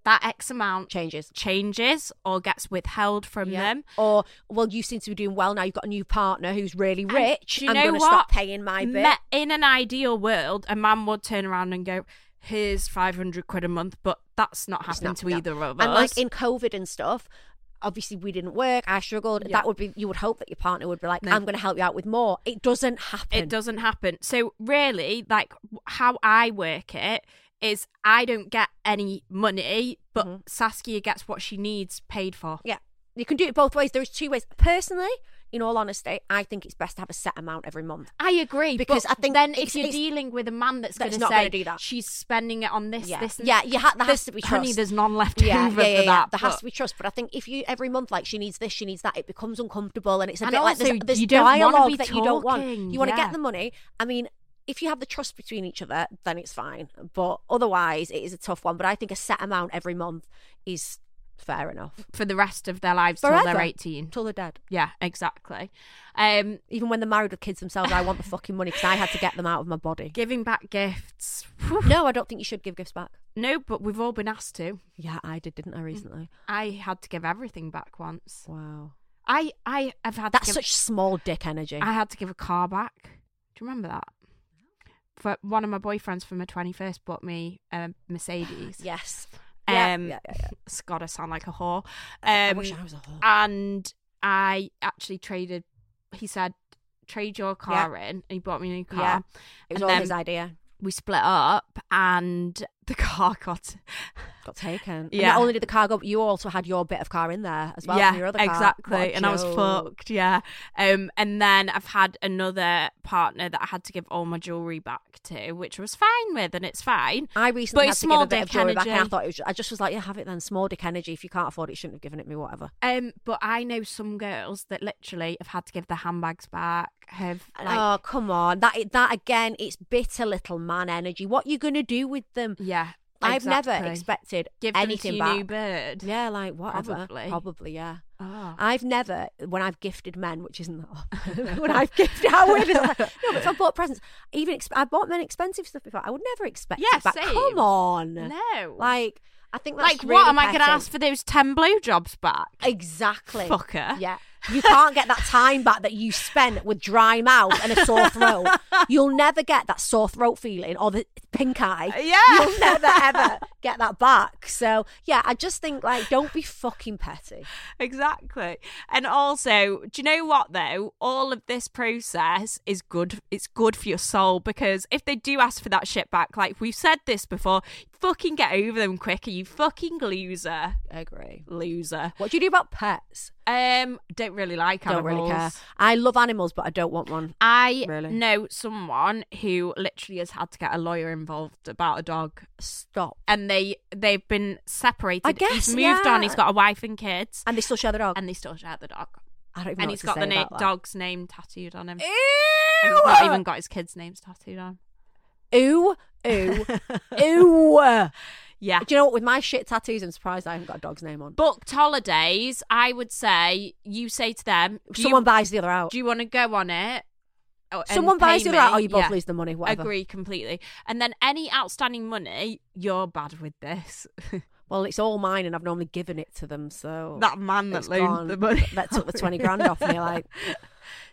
Speaker 1: that X amount
Speaker 2: Changes.
Speaker 1: changes or gets withheld from
Speaker 2: Yeah.
Speaker 1: them.
Speaker 2: Or, well, you seem to be doing well now. You've got a new partner who's really
Speaker 1: And
Speaker 2: rich.
Speaker 1: do you
Speaker 2: I'm
Speaker 1: know
Speaker 2: going to
Speaker 1: what?
Speaker 2: stop paying my bit.
Speaker 1: Me- in an ideal world, a man would turn around and go, "Here's five hundred quid a month," but that's not
Speaker 2: It's
Speaker 1: happened
Speaker 2: not-
Speaker 1: to
Speaker 2: no.
Speaker 1: either of us.
Speaker 2: And like in COVID and stuff, obviously we didn't work. I struggled.
Speaker 1: Yeah.
Speaker 2: That would be you would hope that your partner would be like,
Speaker 1: No.
Speaker 2: I'm going to help you out with more. It doesn't happen.
Speaker 1: It doesn't happen. So really, like w- how I work it is, I don't get any money, but Saskia gets what she needs paid for.
Speaker 2: Yeah, you can do it both ways. There's two ways. Personally, in all honesty, I think it's best to have a set amount every month.
Speaker 1: I agree
Speaker 2: Because
Speaker 1: but
Speaker 2: I think
Speaker 1: then if
Speaker 2: it's-
Speaker 1: you're
Speaker 2: it's-
Speaker 1: dealing with a man that's,
Speaker 2: that's
Speaker 1: going to
Speaker 2: not
Speaker 1: say
Speaker 2: gonna do that.
Speaker 1: she's spending it on this,
Speaker 2: Yeah.
Speaker 1: this, and
Speaker 2: Yeah, you ha- there has
Speaker 1: this-
Speaker 2: to be
Speaker 1: honey.
Speaker 2: trust.
Speaker 1: There's none left <laughs> over for that.
Speaker 2: There has
Speaker 1: but-
Speaker 2: to be trust, but I think if you every month like she needs this, she needs that, it becomes uncomfortable, and it's a
Speaker 1: And
Speaker 2: bit like this,
Speaker 1: also,
Speaker 2: this
Speaker 1: you don't wanna
Speaker 2: dialogue
Speaker 1: be
Speaker 2: that you don't want.
Speaker 1: talking,
Speaker 2: You want to
Speaker 1: yeah.
Speaker 2: get the money. I mean, if you have the trust between each other, then it's fine. But otherwise, it is a tough one. But I think a set amount every month is fair enough.
Speaker 1: for the rest of their lives till they're
Speaker 2: Forever.
Speaker 1: 18.
Speaker 2: Till they're dead.
Speaker 1: Yeah, exactly. Um,
Speaker 2: Even when they're married with kids themselves, I want the fucking money because I had to get them out of
Speaker 1: <laughs>
Speaker 2: my body.
Speaker 1: giving back gifts.
Speaker 2: No, I don't think you should give gifts back. Mm.
Speaker 1: No, but we've all been asked to.
Speaker 2: Yeah, I did, didn't I recently?
Speaker 1: I had to give everything back once.
Speaker 2: Wow.
Speaker 1: I I have had to
Speaker 2: That's
Speaker 1: give,
Speaker 2: such small dick energy.
Speaker 1: I had to give a car back. Do you remember that? For one of my boyfriends for my twenty first bought me a
Speaker 2: <gasps>
Speaker 1: Mercedes.
Speaker 2: yes.
Speaker 1: Um,
Speaker 2: Yeah, yeah, yeah, yeah.
Speaker 1: <sighs> It's gotta sound like a whore. Um,
Speaker 2: I wish I was a whore.
Speaker 1: and I actually traded. He said, "Trade your car in." And he bought me a new car.
Speaker 2: Yeah. It
Speaker 1: and
Speaker 2: was all
Speaker 1: then-
Speaker 2: his idea.
Speaker 1: We split up, and <laughs> the car got
Speaker 2: Got taken. Yeah.
Speaker 1: Yeah.
Speaker 2: not only did the car go, but you also had your bit of car in there as well.
Speaker 1: yeah,
Speaker 2: from your other car.
Speaker 1: exactly.
Speaker 2: What a
Speaker 1: and I was
Speaker 2: joke.
Speaker 1: fucked. Yeah. Um. And then I've had another partner that I had to give all my jewelry back to, which I was fine with, and it's fine.
Speaker 2: I recently had
Speaker 1: it's
Speaker 2: to give
Speaker 1: small
Speaker 2: a bit of
Speaker 1: dick
Speaker 2: jewelry back, and I
Speaker 1: energy.
Speaker 2: thought it was. I just was like, yeah, have it then. Small dick energy. If you can't afford it, you shouldn't have given it me. Whatever.
Speaker 1: Um. But I know some girls that literally have had to give their handbags back. Have like.
Speaker 2: oh come on, that that again, it's bitter little man energy. What you gonna do with them?
Speaker 1: yeah.
Speaker 2: I've never
Speaker 1: exactly.
Speaker 2: expected
Speaker 1: give them to
Speaker 2: anything
Speaker 1: your
Speaker 2: back.
Speaker 1: new bird.
Speaker 2: Yeah, like whatever.
Speaker 1: Probably.
Speaker 2: Probably, yeah.
Speaker 1: Oh.
Speaker 2: I've never, when I've gifted men, which isn't that
Speaker 1: <laughs>
Speaker 2: often, <laughs> when I've gifted, how weird is that? No, but if I bought presents, even exp- I bought men expensive stuff before. I would never expect
Speaker 1: Yeah,
Speaker 2: it back.
Speaker 1: same.
Speaker 2: Come on,
Speaker 1: No.
Speaker 2: like I think that's
Speaker 1: like
Speaker 2: really
Speaker 1: what am I going to
Speaker 2: petty.
Speaker 1: ask for those 10 blue jobs back?
Speaker 2: Exactly,
Speaker 1: Fucker.
Speaker 2: Yeah, you can't get that time back that you spent with dry mouth and a sore throat. You'll never get that sore throat feeling or the pink eye.
Speaker 1: Yeah.
Speaker 2: you'll never ever get that back. So yeah, I just think like don't be fucking petty.
Speaker 1: Exactly. And also, do you know what though? All of this process is good. It's good for your soul because if they do ask for that shit back, like we've said this before, fucking get over them quicker, you fucking loser.
Speaker 2: agree.
Speaker 1: Loser.
Speaker 2: What do you do about pets?
Speaker 1: Um, don't really like
Speaker 2: don't
Speaker 1: animals.
Speaker 2: really care. I love animals, but I don't want one.
Speaker 1: I
Speaker 2: Really?
Speaker 1: know someone who literally has had to get a lawyer involved about a dog
Speaker 2: Stop.
Speaker 1: and they they've been separated.
Speaker 2: I guess,
Speaker 1: he's moved on.
Speaker 2: yeah.
Speaker 1: He's got a wife and kids,
Speaker 2: And they still share the dog.
Speaker 1: and they still share the dog.
Speaker 2: I don't even
Speaker 1: And
Speaker 2: know
Speaker 1: he's
Speaker 2: what
Speaker 1: got
Speaker 2: to
Speaker 1: the
Speaker 2: say
Speaker 1: na-
Speaker 2: about that.
Speaker 1: dog's name tattooed on him.
Speaker 2: Ew!
Speaker 1: And he's not even got his kids' names tattooed on.
Speaker 2: Ooh,
Speaker 1: <laughs>
Speaker 2: ooh, ooh.
Speaker 1: Yeah.
Speaker 2: Do you know what? With my shit tattoos, I'm surprised I haven't got a dog's name on.
Speaker 1: Booked holidays, I would say you say to them, do
Speaker 2: Someone
Speaker 1: you,
Speaker 2: buys the other out.
Speaker 1: do you want to go on it? Oh, and
Speaker 2: Someone buys
Speaker 1: pay
Speaker 2: the other out,
Speaker 1: me."
Speaker 2: or you both
Speaker 1: Yeah.
Speaker 2: lose the money. Whatever.
Speaker 1: Agree completely. And then any outstanding money, you're bad with this. <laughs>
Speaker 2: Well, it's all mine, and I've normally given it to them. So
Speaker 1: that man that
Speaker 2: it's
Speaker 1: loaned
Speaker 2: gone.
Speaker 1: the money.
Speaker 2: <laughs> that took the twenty grand off me. Like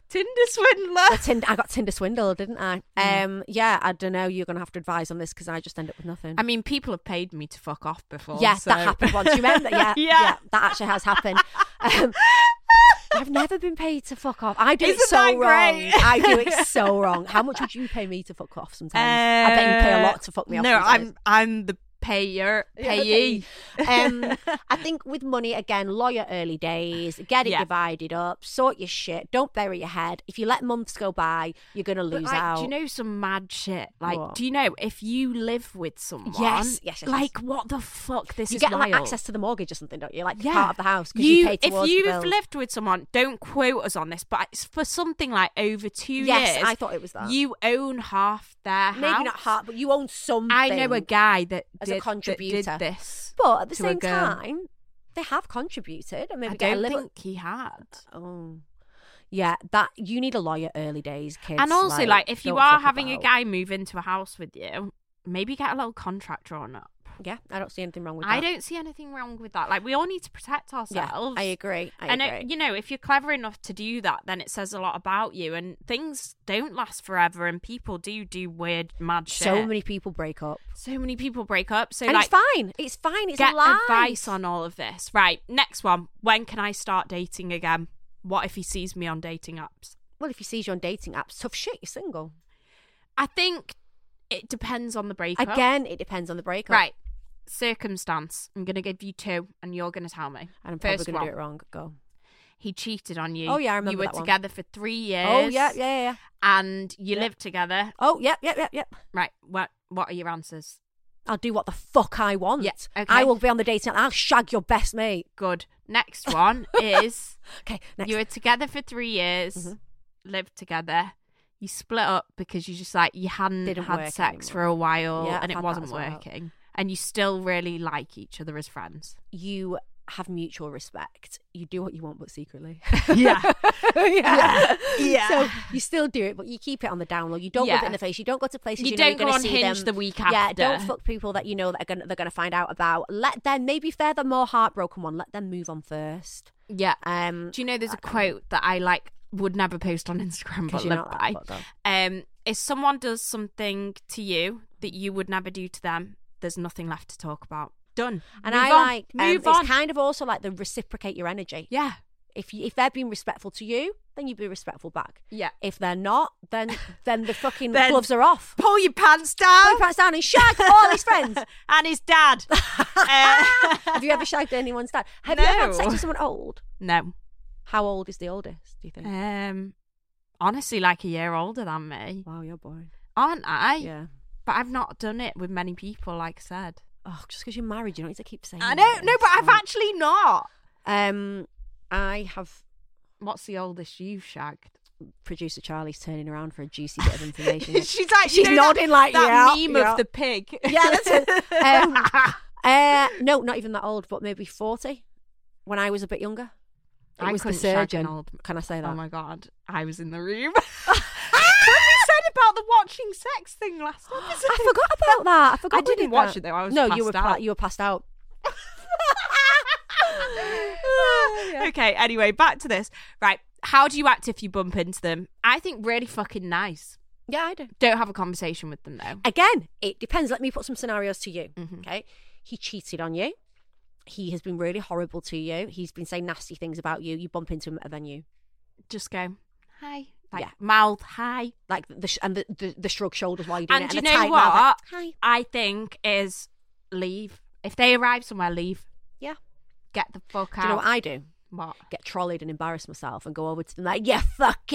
Speaker 1: Tinder swindler.
Speaker 2: I, tind- I got Tinder swindled,
Speaker 1: <laughs>
Speaker 2: didn't I?
Speaker 1: Mm.
Speaker 2: Um, yeah, I don't know. You're gonna have to advise on this because I just end up with nothing.
Speaker 1: I mean, people have paid me to fuck off before.
Speaker 2: Yeah,
Speaker 1: so-
Speaker 2: that happened
Speaker 1: <laughs>
Speaker 2: once. You remember? Yeah, yeah,
Speaker 1: Yeah.
Speaker 2: that actually
Speaker 1: <laughs>
Speaker 2: has happened. Um, I've never been paid to fuck off. I do it
Speaker 1: Isn't
Speaker 2: so
Speaker 1: that
Speaker 2: wrong.
Speaker 1: great?
Speaker 2: I do it
Speaker 1: <laughs>
Speaker 2: so wrong. How much would you pay me to fuck off? Sometimes I bet you pay a lot to fuck me off.
Speaker 1: Uh, No,
Speaker 2: these
Speaker 1: I'm
Speaker 2: days.
Speaker 1: I'm the payer payee. <laughs>
Speaker 2: um, I think with money again, lawyer early days, get it
Speaker 1: Yeah.
Speaker 2: divided up, sort your shit. Don't bury your head. If you let months go by, you're gonna
Speaker 1: But
Speaker 2: lose
Speaker 1: like,
Speaker 2: out.
Speaker 1: do you know some mad shit? Like,
Speaker 2: What?
Speaker 1: do you know if you live with someone?
Speaker 2: Yes, yes, yes, yes.
Speaker 1: Like, what the fuck? This
Speaker 2: You
Speaker 1: is
Speaker 2: get
Speaker 1: wild.
Speaker 2: like access to the mortgage or something, don't you? Like part of the house because you, pay
Speaker 1: if
Speaker 2: towards the
Speaker 1: you've
Speaker 2: bill.
Speaker 1: lived with someone, don't quote us on this, but it's for something like over two
Speaker 2: Yes,
Speaker 1: years.
Speaker 2: I thought it was that.
Speaker 1: You own half their house.
Speaker 2: Maybe not hard, but you own something.
Speaker 1: I know a guy that
Speaker 2: as a
Speaker 1: did, That
Speaker 2: contributor.
Speaker 1: did this,
Speaker 2: But at the
Speaker 1: to a
Speaker 2: same
Speaker 1: girl.
Speaker 2: time, they have contributed and maybe
Speaker 1: I
Speaker 2: get a
Speaker 1: don't
Speaker 2: little.
Speaker 1: think he had.
Speaker 2: Oh. Yeah, that you need a lawyer early days, kids.
Speaker 1: and also, like, if you
Speaker 2: don't
Speaker 1: are
Speaker 2: fuck
Speaker 1: having a
Speaker 2: about.
Speaker 1: guy move into a house with you, maybe get a little contract drawn up.
Speaker 2: yeah, I don't see anything wrong with
Speaker 1: I
Speaker 2: that.
Speaker 1: don't see anything wrong with that. Like, we all need to protect ourselves.
Speaker 2: Yeah, I agree. I
Speaker 1: and uh,
Speaker 2: agree.
Speaker 1: you know, if you're clever enough to do that, then it says a lot about you. And things don't last forever, and people do do weird, mad shit.
Speaker 2: so many people break up,
Speaker 1: so many people break up. So
Speaker 2: and
Speaker 1: like,
Speaker 2: it's fine. It's fine. It's
Speaker 1: get
Speaker 2: life.
Speaker 1: advice on all of this. Right, next one. When can I start dating again? What if he sees me on dating apps?
Speaker 2: Well, if he sees you on dating apps, tough shit. You're single.
Speaker 1: I think it depends on the breakup.
Speaker 2: Again, it depends on the breakup.
Speaker 1: Right. Circumstance. I'm going to give you two and you're going to tell me.
Speaker 2: And I'm
Speaker 1: First
Speaker 2: probably going to do it
Speaker 1: one.
Speaker 2: wrong. Go.
Speaker 1: He cheated on you.
Speaker 2: Oh, yeah, I remember
Speaker 1: You were
Speaker 2: that one.
Speaker 1: together for three years.
Speaker 2: Oh yeah, yeah, yeah, yeah.
Speaker 1: And you
Speaker 2: Yeah.
Speaker 1: lived together.
Speaker 2: Oh yeah, yeah, yeah, yeah.
Speaker 1: Right. What What are your answers?
Speaker 2: I'll do what the fuck I want.
Speaker 1: Yeah, okay.
Speaker 2: I will be on the dating app. I'll shag your best mate.
Speaker 1: Good.
Speaker 2: <laughs>
Speaker 1: Next one is
Speaker 2: Okay, next. Mm-hmm.
Speaker 1: you were together for three years, lived together. You split up because you just like you hadn't
Speaker 2: Didn't
Speaker 1: had
Speaker 2: work
Speaker 1: sex for a while
Speaker 2: Yeah, I've
Speaker 1: and
Speaker 2: had
Speaker 1: it
Speaker 2: that
Speaker 1: wasn't
Speaker 2: as well.
Speaker 1: working, and you still really like each other as friends.
Speaker 2: you have mutual respect. You do what you want, but secretly.
Speaker 1: Yeah.
Speaker 2: <laughs> <coughs> yeah.
Speaker 1: Yeah.
Speaker 2: So you still do it, but you keep it on the down low. You don't
Speaker 1: Yeah.
Speaker 2: live it in the face. You don't go to places
Speaker 1: You
Speaker 2: you, know
Speaker 1: don't
Speaker 2: you're
Speaker 1: go
Speaker 2: gonna
Speaker 1: on
Speaker 2: see
Speaker 1: Hinge
Speaker 2: them.
Speaker 1: the week
Speaker 2: Yeah, don't
Speaker 1: after.
Speaker 2: fuck people that you know that are gonna, they're going to find out about. Let them, maybe if they're the more heartbroken one, let them move on first.
Speaker 1: Yeah.
Speaker 2: Um,
Speaker 1: Do you know there's a quote that I like would never post on Instagram but
Speaker 2: Because you're
Speaker 1: live
Speaker 2: not that
Speaker 1: by?
Speaker 2: fucked up.
Speaker 1: Um, if someone does something to you that you would never do to them, there's nothing left to talk about. Done.
Speaker 2: And
Speaker 1: Move
Speaker 2: I
Speaker 1: on.
Speaker 2: like um,
Speaker 1: move on.
Speaker 2: it's kind of also like the reciprocate your energy.
Speaker 1: yeah,
Speaker 2: If you, if they're being respectful to you, then you be respectful back.
Speaker 1: yeah.
Speaker 2: If they're not,
Speaker 1: <laughs>
Speaker 2: then then the fucking
Speaker 1: Then-
Speaker 2: gloves
Speaker 1: <laughs>
Speaker 2: are off.
Speaker 1: Pull your pants down.
Speaker 2: Put your pants down and shag all his friends.
Speaker 1: <laughs>
Speaker 2: <laughs>
Speaker 1: and his dad. <laughs> Uh,
Speaker 2: Have you ever shagged anyone's dad? Have you ever had sex
Speaker 1: No.
Speaker 2: with someone old?
Speaker 1: no.
Speaker 2: How old is the oldest? Do you think?
Speaker 1: Um, honestly, like a year older than me,
Speaker 2: wow, you're boring.
Speaker 1: aren't I?
Speaker 2: Yeah.
Speaker 1: But I've not done it with many people, like I said.
Speaker 2: Oh, just because you're married, you don't need to keep saying.
Speaker 1: I don't know, but I've
Speaker 2: had.
Speaker 1: actually not.
Speaker 2: Um, I have
Speaker 1: What's the oldest you've shagged?
Speaker 2: producer Charlie's turning around for a juicy bit of information.
Speaker 1: <laughs> She's like,
Speaker 2: She's
Speaker 1: you know
Speaker 2: nodding like,
Speaker 1: that
Speaker 2: yeah,
Speaker 1: meme
Speaker 2: yeah.
Speaker 1: of the pig.
Speaker 2: <laughs> yeah,
Speaker 1: <laughs>
Speaker 2: that's it. <laughs> Um, Uh, no, not even that old, but maybe 40 when I was a bit younger. It
Speaker 1: I
Speaker 2: was the
Speaker 1: couldn't shag an
Speaker 2: surgeon.
Speaker 1: old-
Speaker 2: Can I say that?
Speaker 1: Oh my god, I was in the
Speaker 2: <laughs>
Speaker 1: room. <laughs> what we said about the watching sex thing
Speaker 2: <gasps>
Speaker 1: last episode.
Speaker 2: I forgot about that. I forgot.
Speaker 1: I
Speaker 2: we
Speaker 1: didn't
Speaker 2: did
Speaker 1: watch
Speaker 2: that.
Speaker 1: it, though. I was
Speaker 2: no,
Speaker 1: passed
Speaker 2: you were
Speaker 1: out.
Speaker 2: you were passed out.
Speaker 1: <laughs>
Speaker 2: <laughs>
Speaker 1: Okay, anyway, back to this. Right, how do you act if you bump into them? I think really fucking nice.
Speaker 2: Yeah, I do.
Speaker 1: Don't have a conversation with them though.
Speaker 2: Again, it depends. Let me put some scenarios to you.
Speaker 1: Mm-hmm.
Speaker 2: Okay, he cheated on you. He has been really horrible to you. He's been saying nasty things about you. You bump into him at a venue,
Speaker 1: Just go, hi. Like
Speaker 2: Yeah.
Speaker 1: mouth, hi.
Speaker 2: like the sh- and the, the the shrug shoulders while you're doing
Speaker 1: And
Speaker 2: it.
Speaker 1: do you
Speaker 2: and the
Speaker 1: know
Speaker 2: tight mouth, like,
Speaker 1: what?
Speaker 2: Hi.
Speaker 1: I think is leave. If they arrive somewhere, leave.
Speaker 2: Yeah.
Speaker 1: Get the fuck
Speaker 2: Do
Speaker 1: out.
Speaker 2: you know what I do?
Speaker 1: What?
Speaker 2: Get trolleyed and embarrass myself and go over to them like, yeah, fucking,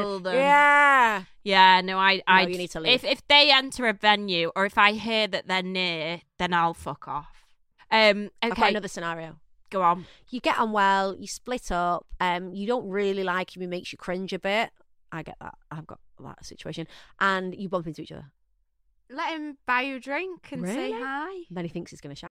Speaker 1: Swill them.
Speaker 2: yeah.
Speaker 1: Yeah, no, I, I,
Speaker 2: you need to leave.
Speaker 1: If if they enter a venue or if I hear that they're near, then I'll fuck off. Um,
Speaker 2: I've got
Speaker 1: okay,
Speaker 2: another scenario.
Speaker 1: go on.
Speaker 2: You get on well, you split up, um, you don't really like him, he makes you cringe a bit. I get that. I've got that situation. And you bump into each other.
Speaker 1: Let him buy you a drink and say
Speaker 2: Really?
Speaker 1: hi.
Speaker 2: And then he thinks he's going to shout.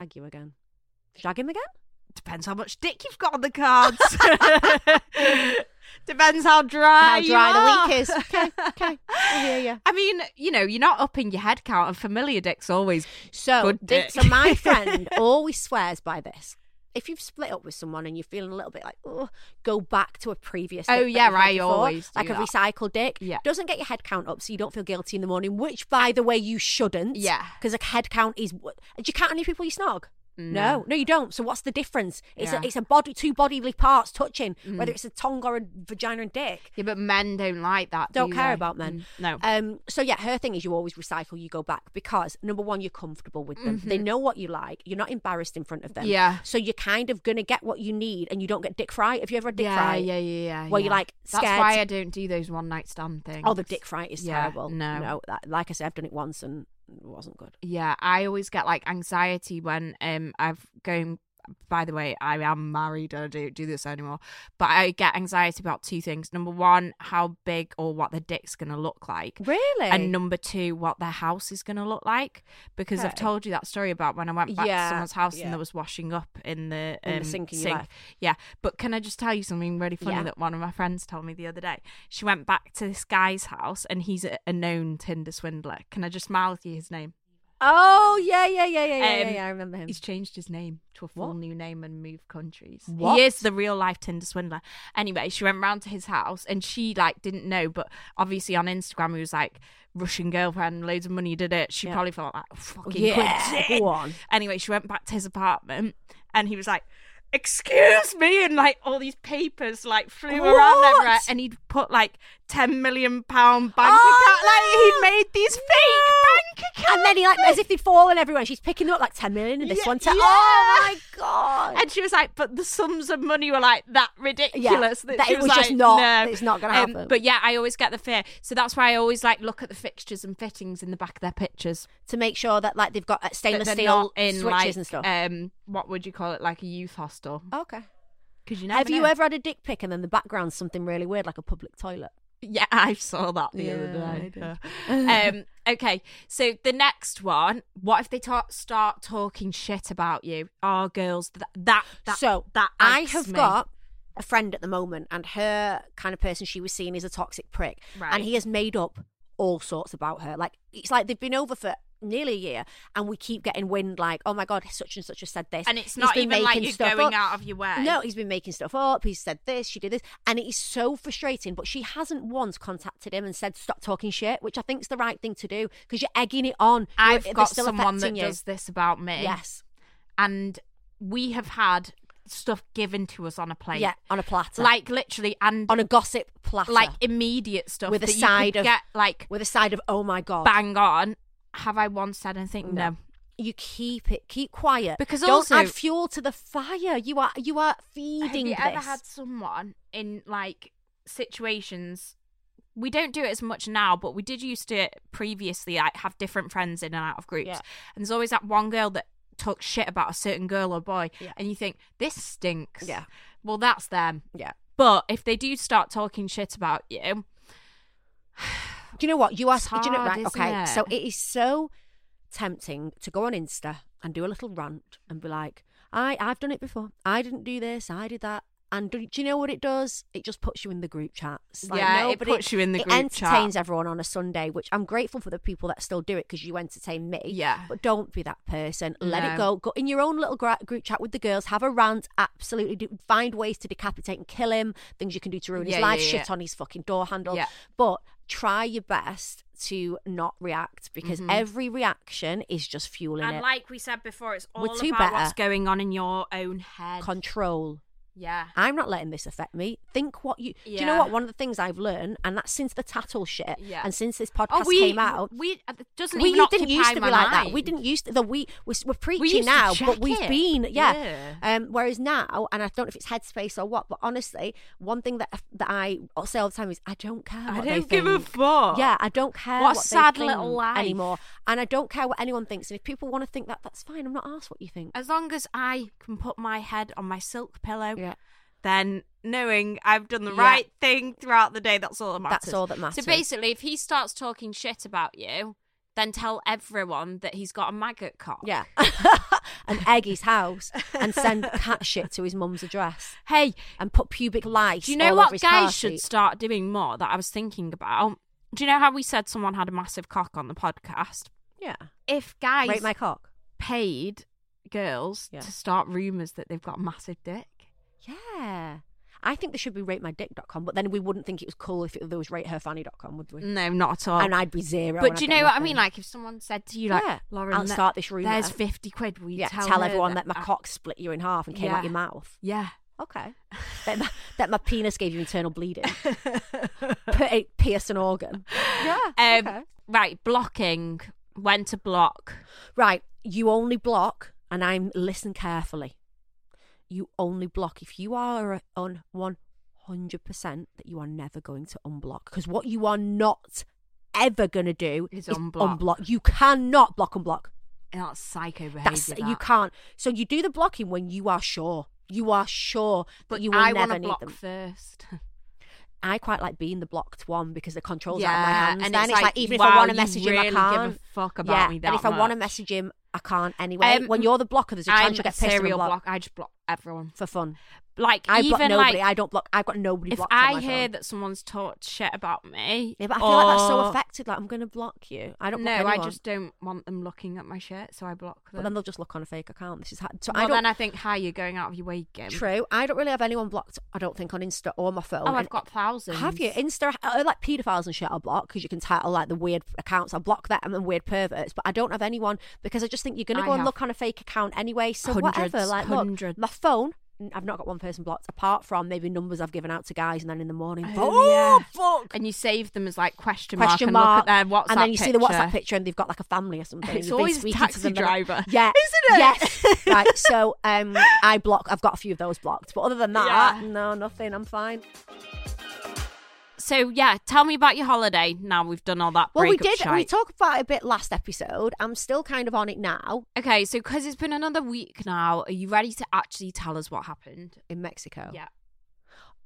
Speaker 2: Shag you again. Shag him again?
Speaker 1: Depends how much dick you've got on the
Speaker 2: <laughs>
Speaker 1: cards. Depends how dry,
Speaker 2: How dry
Speaker 1: you are.
Speaker 2: the week is. Okay, okay. I hear ya.
Speaker 1: I mean, you know, you're not upping your head count, and familiar dick's always
Speaker 2: So,
Speaker 1: Good
Speaker 2: this, so
Speaker 1: dick. <laughs>
Speaker 2: my friend always swears by this. If you've split up with someone and you're feeling a little bit like, oh, go back to a previous.
Speaker 1: Oh,
Speaker 2: dick that
Speaker 1: yeah,
Speaker 2: you've had
Speaker 1: I
Speaker 2: before,
Speaker 1: always do
Speaker 2: like a
Speaker 1: that.
Speaker 2: recycled dick.
Speaker 1: Yeah.
Speaker 2: doesn't get your head count up, so you don't feel guilty in the morning. Which, by the way, you shouldn't.
Speaker 1: Yeah.
Speaker 2: because a head count is. what- Do you count how many people you snog? No, no, you don't. So what's the difference? It's
Speaker 1: Mm, Yeah. Mm.
Speaker 2: a, it's a body, two bodily parts touching, whether it's a tongue or a vagina and dick.
Speaker 1: Yeah, but men don't like that.
Speaker 2: Don't
Speaker 1: do
Speaker 2: care
Speaker 1: they?
Speaker 2: about men.
Speaker 1: Mm, No.
Speaker 2: Um, so yeah, her thing is you always recycle, you go back because number one, you're comfortable with them. They know what you like. You're not embarrassed in front of them.
Speaker 1: Mm-hmm. Yeah.
Speaker 2: So you're kind of gonna get what you need, and you don't get dick fright. Have you ever had dick
Speaker 1: yeah,
Speaker 2: fright?
Speaker 1: yeah, yeah, yeah.
Speaker 2: Where you're
Speaker 1: yeah.
Speaker 2: like scared.
Speaker 1: That's why I don't do those one night stand things.
Speaker 2: oh, the dick fright is
Speaker 1: Yeah,
Speaker 2: terrible.
Speaker 1: no.
Speaker 2: no. That, like I said, I've done it once and it wasn't good.
Speaker 1: Yeah, I always get like anxiety when um I've going. By the way, I am married. I don't do this anymore, but I get anxiety about two things. Number one, how big or what the dick's gonna look like.
Speaker 2: Really?
Speaker 1: And number two, what their house is going to look like. Because I've
Speaker 2: Okay.
Speaker 1: told you that story about when I went back
Speaker 2: Yeah,
Speaker 1: to someone's house
Speaker 2: yeah.
Speaker 1: and there was washing up in the,
Speaker 2: In the
Speaker 1: um,
Speaker 2: sink and you left.
Speaker 1: Yeah. But can I just tell you something really funny
Speaker 2: Yeah.
Speaker 1: that one of my friends told me the other day? She went back to this guy's house and he's a, a known Tinder swindler. Can I just mouth you his name?
Speaker 2: Oh yeah, yeah, yeah, yeah, yeah, yeah,
Speaker 1: Um,
Speaker 2: yeah. I remember him.
Speaker 1: He's changed his name to a full new name and moved countries.
Speaker 2: What?
Speaker 1: He is the real life Tinder swindler. Anyway, she went round to his house and she like didn't know, but obviously on Instagram he was like Russian girlfriend, loads of money, did it. She
Speaker 2: Yeah.
Speaker 1: probably thought like fucking
Speaker 2: Yeah,
Speaker 1: quid.
Speaker 2: go on.
Speaker 1: Anyway, she went back to his apartment and he was like, Excuse me, and like all these papers like flew around
Speaker 2: What?
Speaker 1: everywhere, and he'd put like ten million pound bank
Speaker 2: Oh,
Speaker 1: account, like he'd made these fake bank accounts,
Speaker 2: And then he like as if they'd fallen everywhere. She's picking them up like ten million and this
Speaker 1: Yeah,
Speaker 2: one. ten-
Speaker 1: yeah.
Speaker 2: Oh my god!
Speaker 1: And she was like, but the sums of money were like that ridiculous
Speaker 2: that
Speaker 1: she
Speaker 2: it was just not- that it's not gonna
Speaker 1: Um,
Speaker 2: happen.
Speaker 1: but yeah, I always get the fear, so that's why I always like look at the fixtures and fittings in the back of their pictures.
Speaker 2: to make sure that like they've got uh,
Speaker 1: That
Speaker 2: stainless
Speaker 1: they're
Speaker 2: steel
Speaker 1: not in
Speaker 2: switches
Speaker 1: like
Speaker 2: and stuff.
Speaker 1: um, what would you call it, like a youth hostel?
Speaker 2: okay.
Speaker 1: Because you never
Speaker 2: Have you
Speaker 1: know.
Speaker 2: ever had a dick pic and then the background's something really weird, like a public toilet?
Speaker 1: <laughs> Yeah, I saw that the other
Speaker 2: Yeah, I
Speaker 1: day.
Speaker 2: did.
Speaker 1: Yeah. <laughs> um, okay, so the next one, what if they ta- start talking shit about you? Oh, girls, that that, that
Speaker 2: so
Speaker 1: that
Speaker 2: I
Speaker 1: eggs
Speaker 2: have
Speaker 1: me.
Speaker 2: got a friend at the moment, and her kind of person she was seeing is a toxic prick,
Speaker 1: Right.
Speaker 2: and he has made up all sorts about her. Like it's like they've been over for nearly a year, and we keep getting wind like, oh my god, such and such has said this,
Speaker 1: And it's
Speaker 2: He's
Speaker 1: not
Speaker 2: been
Speaker 1: even like
Speaker 2: making
Speaker 1: you're
Speaker 2: stuff
Speaker 1: going
Speaker 2: up.
Speaker 1: out of your way.
Speaker 2: No, he's been making stuff up. He's said this, she did this, and it is so frustrating. But she hasn't once contacted him and said stop talking shit, which I think is the right thing to do because you're egging it on. You're-
Speaker 1: I've
Speaker 2: they're
Speaker 1: got
Speaker 2: still
Speaker 1: someone that
Speaker 2: affecting you.
Speaker 1: does this about me.
Speaker 2: Yes,
Speaker 1: and we have had stuff given to us on a plate.
Speaker 2: yeah, on a platter,
Speaker 1: Like literally, and
Speaker 2: on a gossip platter,
Speaker 1: like immediate stuff
Speaker 2: with a
Speaker 1: that you
Speaker 2: side
Speaker 1: could
Speaker 2: of
Speaker 1: get like
Speaker 2: with a side of oh my god
Speaker 1: bang on. Have I once said anything? No.
Speaker 2: you keep it keep quiet
Speaker 1: Because
Speaker 2: don't
Speaker 1: also-
Speaker 2: add fuel to the fire you are you are
Speaker 1: Have
Speaker 2: feeding
Speaker 1: you
Speaker 2: this
Speaker 1: ever had someone in like situations? We don't do it as much now, but we did used to previously like have different friends in and out of groups.
Speaker 2: Yeah.
Speaker 1: And there's always that one girl that talks shit about a certain girl or boy,
Speaker 2: Yeah.
Speaker 1: and you think this stinks.
Speaker 2: Yeah.
Speaker 1: Well, that's them.
Speaker 2: yeah
Speaker 1: But if they do start talking shit about you,
Speaker 2: do you know what you are
Speaker 1: It's
Speaker 2: do you know,
Speaker 1: hard,
Speaker 2: right
Speaker 1: isn't
Speaker 2: okay
Speaker 1: it?
Speaker 2: so it is so tempting to go on insta and do a little rant and be like i i've done it before i didn't do this i did that and do, do you know what it does? It just puts you in the group chats.
Speaker 1: Yeah, it puts you in the
Speaker 2: it
Speaker 1: group
Speaker 2: entertains
Speaker 1: chat.
Speaker 2: everyone on a Sunday, which I'm grateful for the people that still do it because you entertain me.
Speaker 1: Yeah.
Speaker 2: But don't be that person. Let it
Speaker 1: No.
Speaker 2: go. Go in your own little gra- group chat with the girls. Have a rant. Absolutely. Do, find ways to decapitate and kill him. Things you can do to ruin
Speaker 1: Yeah,
Speaker 2: his life.
Speaker 1: yeah,
Speaker 2: shit
Speaker 1: yeah.
Speaker 2: on his fucking door handle.
Speaker 1: Yeah.
Speaker 2: But try your best to not react because every reaction is just fueling
Speaker 1: Mm-hmm. and
Speaker 2: it.
Speaker 1: like we said before, it's all
Speaker 2: We're
Speaker 1: about
Speaker 2: too
Speaker 1: what's
Speaker 2: better.
Speaker 1: going on in your own head.
Speaker 2: Control.
Speaker 1: yeah.
Speaker 2: I'm not letting this affect me. Think what you. Do you know
Speaker 1: Yeah.
Speaker 2: what? One of the things I've learned, and that's since the tattle shit,
Speaker 1: Yeah.
Speaker 2: and since this podcast
Speaker 1: Oh, we
Speaker 2: came out,
Speaker 1: We it doesn't
Speaker 2: we
Speaker 1: even
Speaker 2: didn't
Speaker 1: occupy
Speaker 2: used to be
Speaker 1: my
Speaker 2: like that.
Speaker 1: mind.
Speaker 2: We didn't used to, the we we're, we're preaching
Speaker 1: used to
Speaker 2: now,
Speaker 1: check
Speaker 2: but we've
Speaker 1: it.
Speaker 2: been yeah.
Speaker 1: Yeah.
Speaker 2: Um, whereas now, and I don't know if it's headspace or what, but honestly, one thing that that I say all the time is I don't care.
Speaker 1: I
Speaker 2: what they
Speaker 1: don't give a
Speaker 2: think.
Speaker 1: fuck.
Speaker 2: Yeah, I don't care.
Speaker 1: What a
Speaker 2: they
Speaker 1: sad
Speaker 2: think
Speaker 1: little life.
Speaker 2: anymore, and I don't care what anyone thinks. And if people want to think that, that's fine. I'm not asked what you think.
Speaker 1: As long as I can put my head on my silk pillow,
Speaker 2: Yeah.
Speaker 1: then knowing I've done the
Speaker 2: Yeah.
Speaker 1: right thing throughout the day, that's all that matters.
Speaker 2: That's all that
Speaker 1: So
Speaker 2: matters.
Speaker 1: basically, if he starts talking shit about you, then tell everyone that he's got a maggot cock.
Speaker 2: Yeah. <laughs> and egg his house and send
Speaker 1: <laughs>
Speaker 2: cat shit to his mum's address
Speaker 1: Hey,
Speaker 2: and put pubic lice.
Speaker 1: Do you know
Speaker 2: all over
Speaker 1: what
Speaker 2: his car
Speaker 1: guys should
Speaker 2: seat.
Speaker 1: start doing more that I was thinking about? Do you know how we said someone had a massive cock on the podcast?
Speaker 2: Yeah.
Speaker 1: If guys
Speaker 2: Rate my cock.
Speaker 1: paid girls
Speaker 2: Yeah.
Speaker 1: to start rumours that they've got a massive dick.
Speaker 2: Yeah. I think there should be ratemydick.com, but then we wouldn't think it was cool if it, there was rateherfanny.com, would we?
Speaker 1: No, not at all.
Speaker 2: And I'd be zero.
Speaker 1: Mm. but
Speaker 2: and
Speaker 1: do you
Speaker 2: I'd get
Speaker 1: know what I
Speaker 2: nothing.
Speaker 1: mean? Like if someone said to you, like,
Speaker 2: Yeah,
Speaker 1: Lauren,
Speaker 2: I'll
Speaker 1: let-
Speaker 2: start this rumour.
Speaker 1: There's fifty quid. Will you
Speaker 2: yeah,
Speaker 1: tell,
Speaker 2: tell
Speaker 1: her
Speaker 2: everyone that, my
Speaker 1: I-
Speaker 2: cock split you in half and came
Speaker 1: Yeah.
Speaker 2: out your mouth.
Speaker 1: Yeah. <laughs>
Speaker 2: Okay. that, my, that my penis gave you internal bleeding. Put it pierce an organ. Yeah.
Speaker 1: Um,
Speaker 2: Ah, okay.
Speaker 1: Right, blocking. When to block?
Speaker 2: Right, you only block, and I'm listen carefully. You only block if you are on one hundred percent that you are never going to unblock because what you are not ever going to do
Speaker 1: Is
Speaker 2: is
Speaker 1: unblock.
Speaker 2: unblock. You cannot block unblock.
Speaker 1: That's psycho behavior.
Speaker 2: That's you
Speaker 1: that.
Speaker 2: can't. So you do the blocking when you are sure. You are sure
Speaker 1: But
Speaker 2: that you will
Speaker 1: I wanna
Speaker 2: never need
Speaker 1: block
Speaker 2: them.
Speaker 1: first.
Speaker 2: I quite like being the blocked one because the <laughs> controls out of my hands.
Speaker 1: and
Speaker 2: then
Speaker 1: it's
Speaker 2: it's like,
Speaker 1: like,
Speaker 2: even if
Speaker 1: wow,
Speaker 2: I want to
Speaker 1: you
Speaker 2: message
Speaker 1: really
Speaker 2: him,
Speaker 1: give
Speaker 2: I
Speaker 1: a
Speaker 2: can't.
Speaker 1: fuck about
Speaker 2: yeah,
Speaker 1: me
Speaker 2: and
Speaker 1: that
Speaker 2: if I want to
Speaker 1: much.
Speaker 2: message him, I can't anyway.
Speaker 1: Um,
Speaker 2: when you're the blocker, there's a chance
Speaker 1: I'm
Speaker 2: you'll get
Speaker 1: a
Speaker 2: pissed and
Speaker 1: serial
Speaker 2: block.
Speaker 1: I just block everyone.
Speaker 2: for fun.
Speaker 1: Like
Speaker 2: I
Speaker 1: even
Speaker 2: block nobody.
Speaker 1: like
Speaker 2: I don't block. I've got nobody.
Speaker 1: if
Speaker 2: blocked on
Speaker 1: I
Speaker 2: my
Speaker 1: hear
Speaker 2: phone.
Speaker 1: that someone's talked shit about me,
Speaker 2: yeah, but I feel like that's so
Speaker 1: or-
Speaker 2: affected. Like I'm going to block you. I don't.
Speaker 1: no,
Speaker 2: block
Speaker 1: I
Speaker 2: anyone.
Speaker 1: just don't want them looking at my shit, so I block them.
Speaker 2: But then they'll just look on a fake account. This is how, so
Speaker 1: well,
Speaker 2: I don't.
Speaker 1: then I think, hi, you're going out of your way again.
Speaker 2: True. I don't really have anyone blocked. I don't think on Insta or my phone.
Speaker 1: Oh, I've
Speaker 2: And-
Speaker 1: got thousands.
Speaker 2: Have you Insta uh, like paedophiles and shit? I block because you can title like the weird accounts. I block them and weird perverts, but I don't have anyone because I just think you're gonna
Speaker 1: I
Speaker 2: go and
Speaker 1: have.
Speaker 2: look on a fake account anyway. So
Speaker 1: Hundreds,
Speaker 2: whatever, like look,
Speaker 1: hundreds.
Speaker 2: my phone. I've not got one person blocked apart from maybe numbers I've given out to guys, and then in the morning,
Speaker 1: Oh,
Speaker 2: oh,
Speaker 1: yeah.
Speaker 2: fuck,
Speaker 1: And you save them as like question,
Speaker 2: question
Speaker 1: mark,
Speaker 2: mark,
Speaker 1: and look at their WhatsApp
Speaker 2: and then you see the WhatsApp
Speaker 1: picture.
Speaker 2: picture, and they've got like a
Speaker 1: <laughs>
Speaker 2: family or something. and
Speaker 1: It's
Speaker 2: you've been
Speaker 1: always a
Speaker 2: speaking
Speaker 1: taxi
Speaker 2: to them and-
Speaker 1: driver,
Speaker 2: <laughs> yeah,
Speaker 1: isn't it? <laughs>
Speaker 2: Yes, right. So, um, I block. I've got a few of those blocked, but other than that,
Speaker 1: Yeah.
Speaker 2: no, nothing. I'm fine.
Speaker 1: So yeah, tell me about your holiday. Now we've done all that.
Speaker 2: Well, we
Speaker 1: breakup
Speaker 2: did. We
Speaker 1: shite.
Speaker 2: talked about it a bit last episode. I'm still kind of on it now
Speaker 1: Okay, so because it's been another week now, are you ready to actually tell us what happened?
Speaker 2: in Mexico.
Speaker 1: Yeah.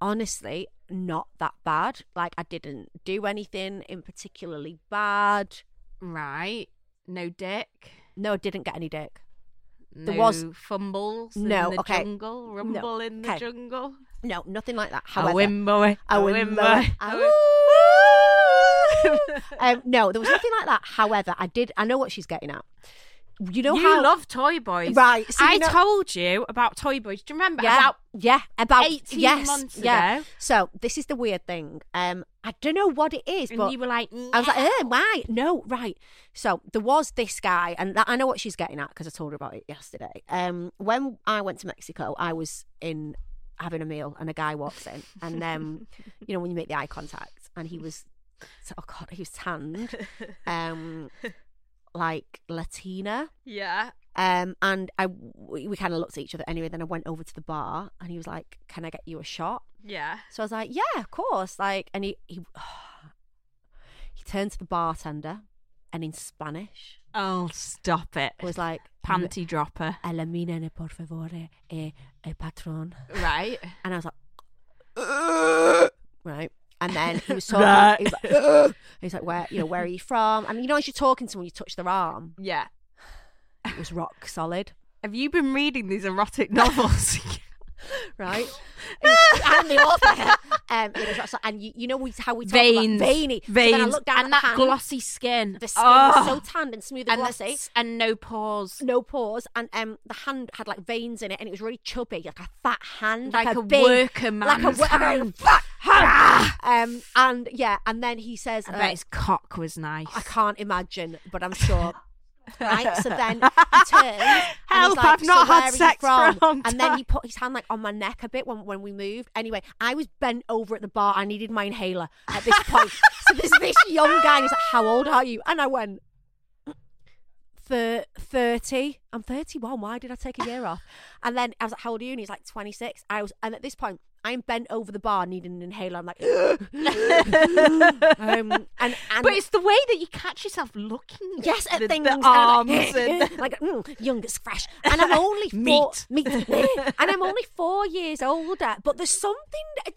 Speaker 2: Honestly, not that bad. Like, I didn't do anything in particularly bad.
Speaker 1: Right. No dick.
Speaker 2: No, I didn't get any dick.
Speaker 1: No
Speaker 2: There was-
Speaker 1: fumbles
Speaker 2: No,
Speaker 1: in the
Speaker 2: okay.
Speaker 1: jungle.
Speaker 2: No,
Speaker 1: Rumble in the
Speaker 2: okay.
Speaker 1: jungle.
Speaker 2: No, nothing like that.
Speaker 1: A
Speaker 2: However,
Speaker 1: win boy.
Speaker 2: A
Speaker 1: A
Speaker 2: win
Speaker 1: win
Speaker 2: boy.
Speaker 1: boy.
Speaker 2: A
Speaker 1: A
Speaker 2: win-
Speaker 1: win-
Speaker 2: um, no, there was nothing like that. However, I did. I know what she's getting at. You know
Speaker 1: you
Speaker 2: how
Speaker 1: love toy boys,
Speaker 2: Right, so
Speaker 1: I
Speaker 2: you know-
Speaker 1: told you about toy boys. Do you remember?
Speaker 2: yeah,
Speaker 1: About
Speaker 2: yeah, about
Speaker 1: 18
Speaker 2: yes,
Speaker 1: months
Speaker 2: yeah.
Speaker 1: ago.
Speaker 2: So this is the weird thing. Um, I don't know what it is,
Speaker 1: and
Speaker 2: but
Speaker 1: you were like,
Speaker 2: I was like,
Speaker 1: "Yeah."
Speaker 2: eh, why? No, right. So there was this guy, and that, I know what she's getting at because I told her about it yesterday. Um, when I went to Mexico, I was in having a meal, and a guy walks in, and um, you know when you make the eye contact, and he was, oh god, he was tanned, um, like Latina.
Speaker 1: yeah.
Speaker 2: Um, and I we, we kind of looked at each other anyway. Then I went over to the bar, and he was like, "Can I get you a shot?"
Speaker 1: Yeah.
Speaker 2: So I was like, yeah, of course. Like, and he <sighs> he, he turned to the bartender and in Spanish
Speaker 1: Oh, stop it.
Speaker 2: was like,
Speaker 1: <laughs> panty dropper.
Speaker 2: Elimíname, por favor, eh, eh, patron.
Speaker 1: Right.
Speaker 2: And I was like,
Speaker 1: <laughs>
Speaker 2: right. And then he was talking.
Speaker 1: Right.
Speaker 2: He was like,
Speaker 1: <laughs>
Speaker 2: "Ugh." he was like, where, you know, where are you from? And you know, as you're talking to someone, you touch their arm.
Speaker 1: Yeah.
Speaker 2: It was rock solid,
Speaker 1: Have you been reading these erotic novels? <laughs>
Speaker 2: right? It was- I'm the author. Um, it was rock solid. And you, you know we, how we talk
Speaker 1: veins,
Speaker 2: about veiny. So
Speaker 1: veins,
Speaker 2: then I looked down at
Speaker 1: and
Speaker 2: the
Speaker 1: that
Speaker 2: hand.
Speaker 1: glossy skin.
Speaker 2: The skin was so
Speaker 1: Oh.
Speaker 2: tanned and smooth and,
Speaker 1: and, the
Speaker 2: glossy.
Speaker 1: s- and no pores,
Speaker 2: No pores, and um, the hand had like veins in it, and it was really chubby, like a fat hand, like,
Speaker 1: Like a
Speaker 2: big,
Speaker 1: worker
Speaker 2: like a,
Speaker 1: man's
Speaker 2: wo- like a
Speaker 1: hand. Ah!
Speaker 2: fat hand. um, and yeah, and then he says,
Speaker 1: I
Speaker 2: uh,
Speaker 1: bet his cock was nice.
Speaker 2: "I can't imagine, but I'm sure." <laughs> right,
Speaker 1: <laughs>
Speaker 2: so then he turns. and he's
Speaker 1: Help,
Speaker 2: like,
Speaker 1: I've
Speaker 2: "So
Speaker 1: not
Speaker 2: where
Speaker 1: had
Speaker 2: are you
Speaker 1: sex for a
Speaker 2: from?"
Speaker 1: long
Speaker 2: And then
Speaker 1: time.
Speaker 2: he put his hand like on my neck a bit when when we moved. Anyway, I was bent over at the bar. I needed my inhaler at this
Speaker 1: <laughs>
Speaker 2: point. so there's this young guy. And he's like, "How old are you?" And I went, thir- 30. I'm 31. Why did I take a year off? And then I was like, how old are you? And he's like, 26. I was, and at this point, I'm bent over the bar needing an
Speaker 1: <laughs>
Speaker 2: inhaler. I'm like, <laughs> um, and, and
Speaker 1: but it's the way that you catch yourself looking.
Speaker 2: yes, at
Speaker 1: the,
Speaker 2: things.
Speaker 1: the
Speaker 2: and I'm
Speaker 1: arms.
Speaker 2: <laughs> like,
Speaker 1: and-
Speaker 2: like mm, young,
Speaker 1: <laughs>
Speaker 2: it's fresh. And I'm only four,
Speaker 1: Meat.
Speaker 2: <laughs> meat, and I'm only four years older. But there's something,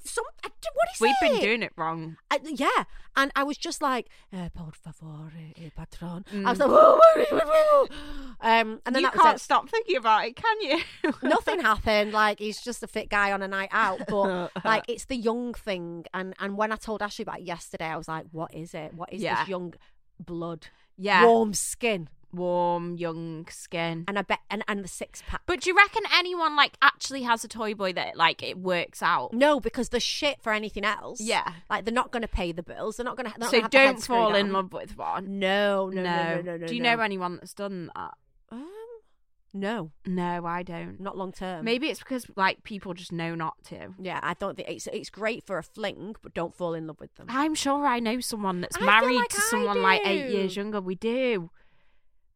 Speaker 2: some, what
Speaker 1: <laughs>
Speaker 2: is
Speaker 1: We've
Speaker 2: it?
Speaker 1: been doing it wrong.
Speaker 2: I, yeah, and I was just like, eh, "Por favor, eh, patron." I was like, "Whoa, whoa, whoa, whoa, whoa." um, and
Speaker 1: Mm. you
Speaker 2: then that was
Speaker 1: can't
Speaker 2: it.
Speaker 1: stop thinking about it, can you? <laughs>
Speaker 2: Nothing happened. Like he's just a fit guy on a night out,
Speaker 1: <laughs>
Speaker 2: but like it's the young thing. And and when I told Ashley about it yesterday, I was like, "What is it? What is
Speaker 1: Yeah.
Speaker 2: this young blood,
Speaker 1: Yeah.
Speaker 2: warm skin?"
Speaker 1: Warm, young skin.
Speaker 2: And I bet and and the six pack.
Speaker 1: But do you reckon anyone like actually has a toy boy that like it works out?
Speaker 2: No, because the shit for anything else.
Speaker 1: Yeah.
Speaker 2: like they're not going to pay the bills. They're not going to.
Speaker 1: so don't fall in love with one.
Speaker 2: No, no, no, no, no. no
Speaker 1: Do you
Speaker 2: no.
Speaker 1: know anyone that's done that?
Speaker 2: Um, no,
Speaker 1: No, I don't.
Speaker 2: not long term.
Speaker 1: Maybe it's because like people just know not to.
Speaker 2: Yeah, I don't think it's it's great for a fling, but don't fall in love with them.
Speaker 1: I'm sure I know someone that's
Speaker 2: I feel
Speaker 1: married
Speaker 2: like
Speaker 1: to
Speaker 2: I
Speaker 1: someone like eight
Speaker 2: do.
Speaker 1: years younger. We do.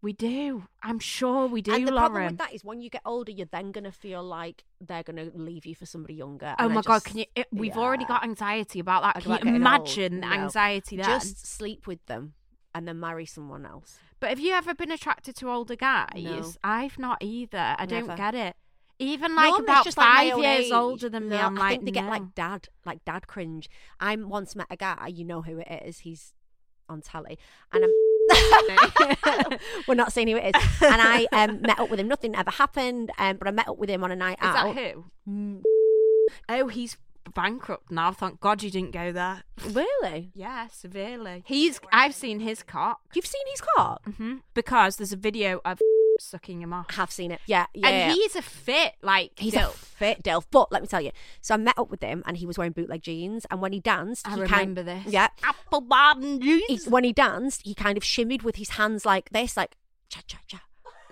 Speaker 1: We do. I'm sure we do,
Speaker 2: and the problem
Speaker 1: Lauren.
Speaker 2: with that is when you get older, you're then gonna feel like they're gonna leave you for somebody younger.
Speaker 1: oh
Speaker 2: and I
Speaker 1: my god,
Speaker 2: just-
Speaker 1: can you it, we've
Speaker 2: yeah.
Speaker 1: already got anxiety about
Speaker 2: I
Speaker 1: that.
Speaker 2: don't
Speaker 1: Can
Speaker 2: like
Speaker 1: you
Speaker 2: getting old.
Speaker 1: imagine the
Speaker 2: No.
Speaker 1: anxiety then?
Speaker 2: Just sleep with them and then marry someone else.
Speaker 1: But have you ever been attracted to older guys?
Speaker 2: No.
Speaker 1: I've not either. I
Speaker 2: Never.
Speaker 1: don't get it. Even like
Speaker 2: Normally it's
Speaker 1: about
Speaker 2: just like my
Speaker 1: five
Speaker 2: own
Speaker 1: years
Speaker 2: age.
Speaker 1: older than me,
Speaker 2: No,
Speaker 1: I'm
Speaker 2: I
Speaker 1: like,
Speaker 2: think they get
Speaker 1: no.
Speaker 2: like dad, like dad cringe. I once met a guy, you know who it is. He's on telly, and I'm <laughs> We're not saying who it is. And I um, met up with him. Nothing ever happened, um, but I met up with him on a night
Speaker 1: Is
Speaker 2: out.
Speaker 1: that who? Oh, he's bankrupt now. Thank God you didn't go there.
Speaker 2: Really?
Speaker 1: Yeah, severely. He's. I've seen his cock
Speaker 2: You've seen his cock?
Speaker 1: hmm because there's a video of <laughs> sucking him
Speaker 2: I
Speaker 1: off,
Speaker 2: have seen it. Yeah, yeah.
Speaker 1: and
Speaker 2: yeah.
Speaker 1: he's a fit like
Speaker 2: He's
Speaker 1: dilf.
Speaker 2: a fit Delf. But let me tell you. So I met up with him and he was wearing bootleg jeans. And when he danced,
Speaker 1: I
Speaker 2: he
Speaker 1: remember
Speaker 2: kind,
Speaker 1: this.
Speaker 2: Yeah.
Speaker 1: apple bottom
Speaker 2: He,
Speaker 1: jeans.
Speaker 2: when he danced, he kind of shimmied with his hands like this, like cha cha cha.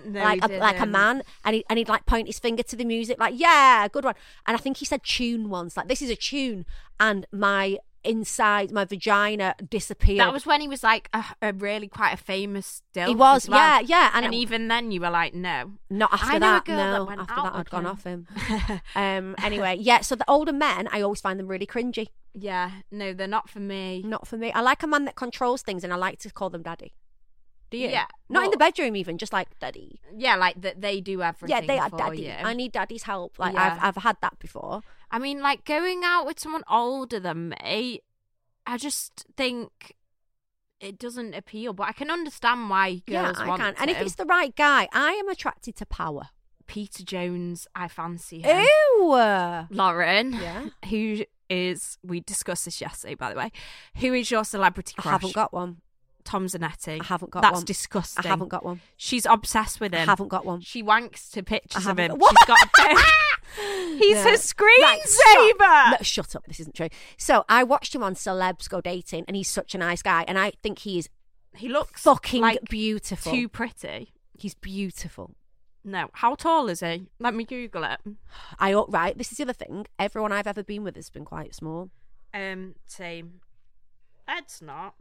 Speaker 1: No,
Speaker 2: like
Speaker 1: he
Speaker 2: a, like a
Speaker 1: didn't.
Speaker 2: man, and he and he'd like point his finger to the music, like yeah, good one. And I think he said tune once, like this is a tune, and my inside my vagina disappeared.
Speaker 1: That was when he was like a, a really quite a famous dilf.
Speaker 2: He was,
Speaker 1: as well.
Speaker 2: yeah, yeah, and
Speaker 1: And,
Speaker 2: it-
Speaker 1: even then, you were like, no,
Speaker 2: not after
Speaker 1: I know
Speaker 2: that.
Speaker 1: a girl
Speaker 2: no,
Speaker 1: that went
Speaker 2: after
Speaker 1: out
Speaker 2: that
Speaker 1: with
Speaker 2: I'd gone
Speaker 1: him. <laughs>
Speaker 2: off him. um. Anyway, yeah. So the older men, I always find them really cringy.
Speaker 1: yeah, no, they're not for me.
Speaker 2: Not for me. I like a man that controls things, and I like to call them daddy. Do you?
Speaker 1: Yeah,
Speaker 2: Not in
Speaker 1: well-
Speaker 2: the bedroom, even just like daddy.
Speaker 1: Yeah, like that they do everything.
Speaker 2: Yeah, they are
Speaker 1: for
Speaker 2: daddy.
Speaker 1: you.
Speaker 2: I need daddy's help. Like
Speaker 1: Yeah.
Speaker 2: I've I've had that before.
Speaker 1: I mean, like going out with someone older than me, I just think it doesn't appeal. But I can understand why
Speaker 2: yeah,
Speaker 1: girls
Speaker 2: I
Speaker 1: want
Speaker 2: can. And if
Speaker 1: to.
Speaker 2: it's the right guy, I am attracted to power.
Speaker 1: Peter Jones, I fancy him.
Speaker 2: Ew. I
Speaker 1: Lauren,
Speaker 2: Yeah.
Speaker 1: <laughs> who is we discussed this yesterday, by the way. Who is your celebrity crush?
Speaker 2: haven't got one.
Speaker 1: Tom Zanetti.
Speaker 2: I haven't got
Speaker 1: That's
Speaker 2: one.
Speaker 1: disgusting.
Speaker 2: I haven't got one.
Speaker 1: She's obsessed with
Speaker 2: I
Speaker 1: him.
Speaker 2: haven't got one.
Speaker 1: She wanks to pictures
Speaker 2: I
Speaker 1: of
Speaker 2: haven't
Speaker 1: him.
Speaker 2: got-
Speaker 1: She's got
Speaker 2: <laughs>
Speaker 1: a pic- He's
Speaker 2: No.
Speaker 1: her
Speaker 2: Right,
Speaker 1: screensaver.
Speaker 2: Stop. No, shut up. This isn't true. So I watched him on Celebs Go Dating, and he's such a nice guy, and I think he is
Speaker 1: he looks
Speaker 2: fucking
Speaker 1: like
Speaker 2: beautiful.
Speaker 1: too pretty.
Speaker 2: He's beautiful.
Speaker 1: No. How tall is he? Let me Google it.
Speaker 2: I ought right. This is the other thing. Everyone I've ever been with has been quite small.
Speaker 1: Um, same. Ed's not.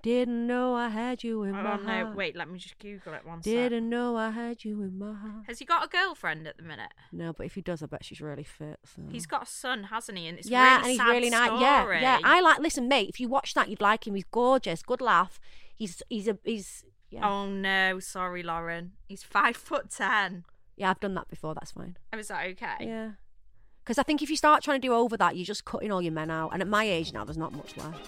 Speaker 2: Didn't know I had you in my
Speaker 1: Oh no,
Speaker 2: heart.
Speaker 1: wait, let me just Google it one sec.
Speaker 2: Didn't know I had you in my heart.
Speaker 1: Has he got a girlfriend at the minute?
Speaker 2: No, but if he does, I bet she's really fit. So.
Speaker 1: He's got a son, hasn't he? And it's
Speaker 2: Hmm. yeah,
Speaker 1: really
Speaker 2: and he's
Speaker 1: sad
Speaker 2: really nice.
Speaker 1: story.
Speaker 2: Yeah, yeah. I like. Listen, mate, if you watch that, you'd like him. He's gorgeous, good laugh. He's he's a he's yeah.
Speaker 1: Oh no, sorry, Lauren. He's five foot ten.
Speaker 2: Yeah, I've done that before. That's fine.
Speaker 1: Oh, is that okay?
Speaker 2: Yeah. Because I think if you start trying to do over that, you're just cutting all your men out. And at my age now, there's not much left.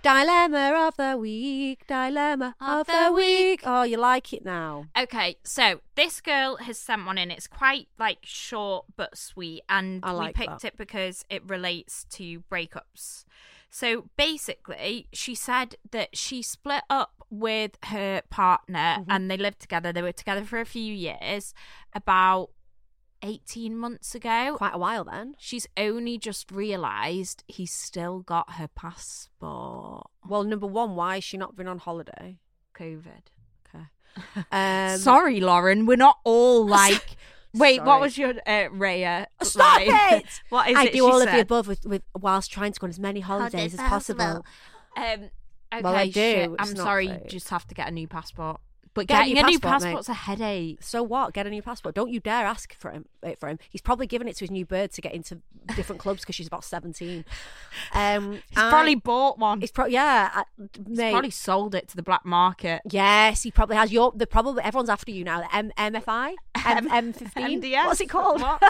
Speaker 2: Dilemma of the week, dilemma of,
Speaker 1: Of
Speaker 2: the,
Speaker 1: the
Speaker 2: week. Oh, you like it now?
Speaker 1: Okay, so this girl has sent one in. It's quite like short but sweet, and
Speaker 2: I like
Speaker 1: we picked
Speaker 2: that.
Speaker 1: it because it relates to breakups. So basically, she said that she split up with her partner
Speaker 2: Mm-hmm.
Speaker 1: and they lived together. They were together for a few years, about 18 months ago.
Speaker 2: Quite a while then.
Speaker 1: She's only just realised he's still got her passport.
Speaker 2: Well, number one, why has she not been on holiday?
Speaker 1: COVID.
Speaker 2: Okay. Um,
Speaker 1: Sorry, Lauren, we're not all
Speaker 2: <laughs>
Speaker 1: like. Wait,
Speaker 2: Sorry. Oh,
Speaker 1: what was your uh, Raya?
Speaker 2: Stop
Speaker 1: line?
Speaker 2: it!
Speaker 1: <laughs> what is
Speaker 2: I
Speaker 1: it
Speaker 2: do
Speaker 1: she
Speaker 2: all of the
Speaker 1: said?
Speaker 2: above with, with whilst trying to go on as many holidays as possible.
Speaker 1: Um, okay,
Speaker 2: Well, I do,
Speaker 1: shit,
Speaker 2: it's
Speaker 1: I'm
Speaker 2: not
Speaker 1: sorry,
Speaker 2: fake.
Speaker 1: you just have to get a new passport. But
Speaker 2: Get a
Speaker 1: getting
Speaker 2: new
Speaker 1: a new
Speaker 2: passport, mate.
Speaker 1: passport's a headache.
Speaker 2: So what? Get a new passport. Don't you dare ask for him. It for him. He's probably given it to his new bird to get into different clubs because she's about seventeen. Um,
Speaker 1: <sighs> He's probably bought one.
Speaker 2: He's probably yeah. I,
Speaker 1: He's
Speaker 2: mate.
Speaker 1: probably sold it to the black market.
Speaker 2: Yes, he probably has. Your the probably everyone's after you now. M MFI,
Speaker 1: <laughs>
Speaker 2: M M fifteen.
Speaker 1: MDS?
Speaker 2: What's it called? <laughs>
Speaker 1: What?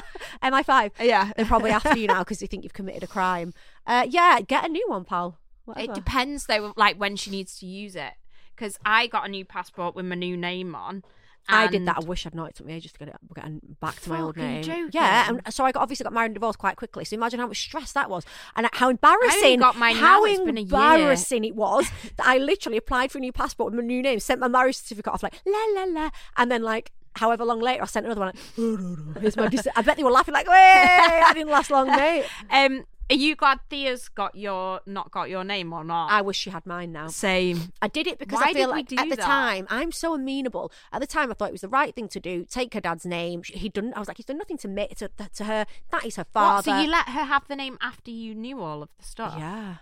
Speaker 2: MI five.
Speaker 1: Yeah.
Speaker 2: they're
Speaker 1: <laughs>
Speaker 2: probably after you now because they think you've committed a crime. Uh, yeah, get a new one, pal. Whatever.
Speaker 1: It depends though, like when she needs to use it. Because I got a new passport with my new name on.
Speaker 2: I did that. I
Speaker 1: and-
Speaker 2: wish I'd not. It took me ages to get it get it back to my old
Speaker 1: Fucking
Speaker 2: name.
Speaker 1: joking.
Speaker 2: Yeah, and so I got, obviously got married and divorced quite quickly. So imagine how much stress that was, and how
Speaker 1: only
Speaker 2: embarrassing.
Speaker 1: got mine
Speaker 2: how
Speaker 1: now, it's been a year.
Speaker 2: embarrassing it was <laughs> that I literally applied for a new passport with my new name, sent my marriage certificate off like la la la, and then like. However long later, I sent another one. Like, <laughs> "Oh, no, no, here's my dis-" I bet they were laughing like, "Way, I didn't last
Speaker 1: <laughs>
Speaker 2: long, mate."
Speaker 1: Um, are you glad Thea's got your not got your name or not?
Speaker 2: I wish she had mine now.
Speaker 1: Same.
Speaker 2: I did it because
Speaker 1: Why
Speaker 2: I feel
Speaker 1: did we
Speaker 2: like
Speaker 1: do
Speaker 2: at the
Speaker 1: that?
Speaker 2: time I'm so amenable. At the time, I thought it was the right thing to do. Take her dad's name. She- He'd done. I was like, he's done nothing to me to, to her. That is her
Speaker 1: What,
Speaker 2: father.
Speaker 1: so you let her have the name after you knew all of the stuff?
Speaker 2: yeah.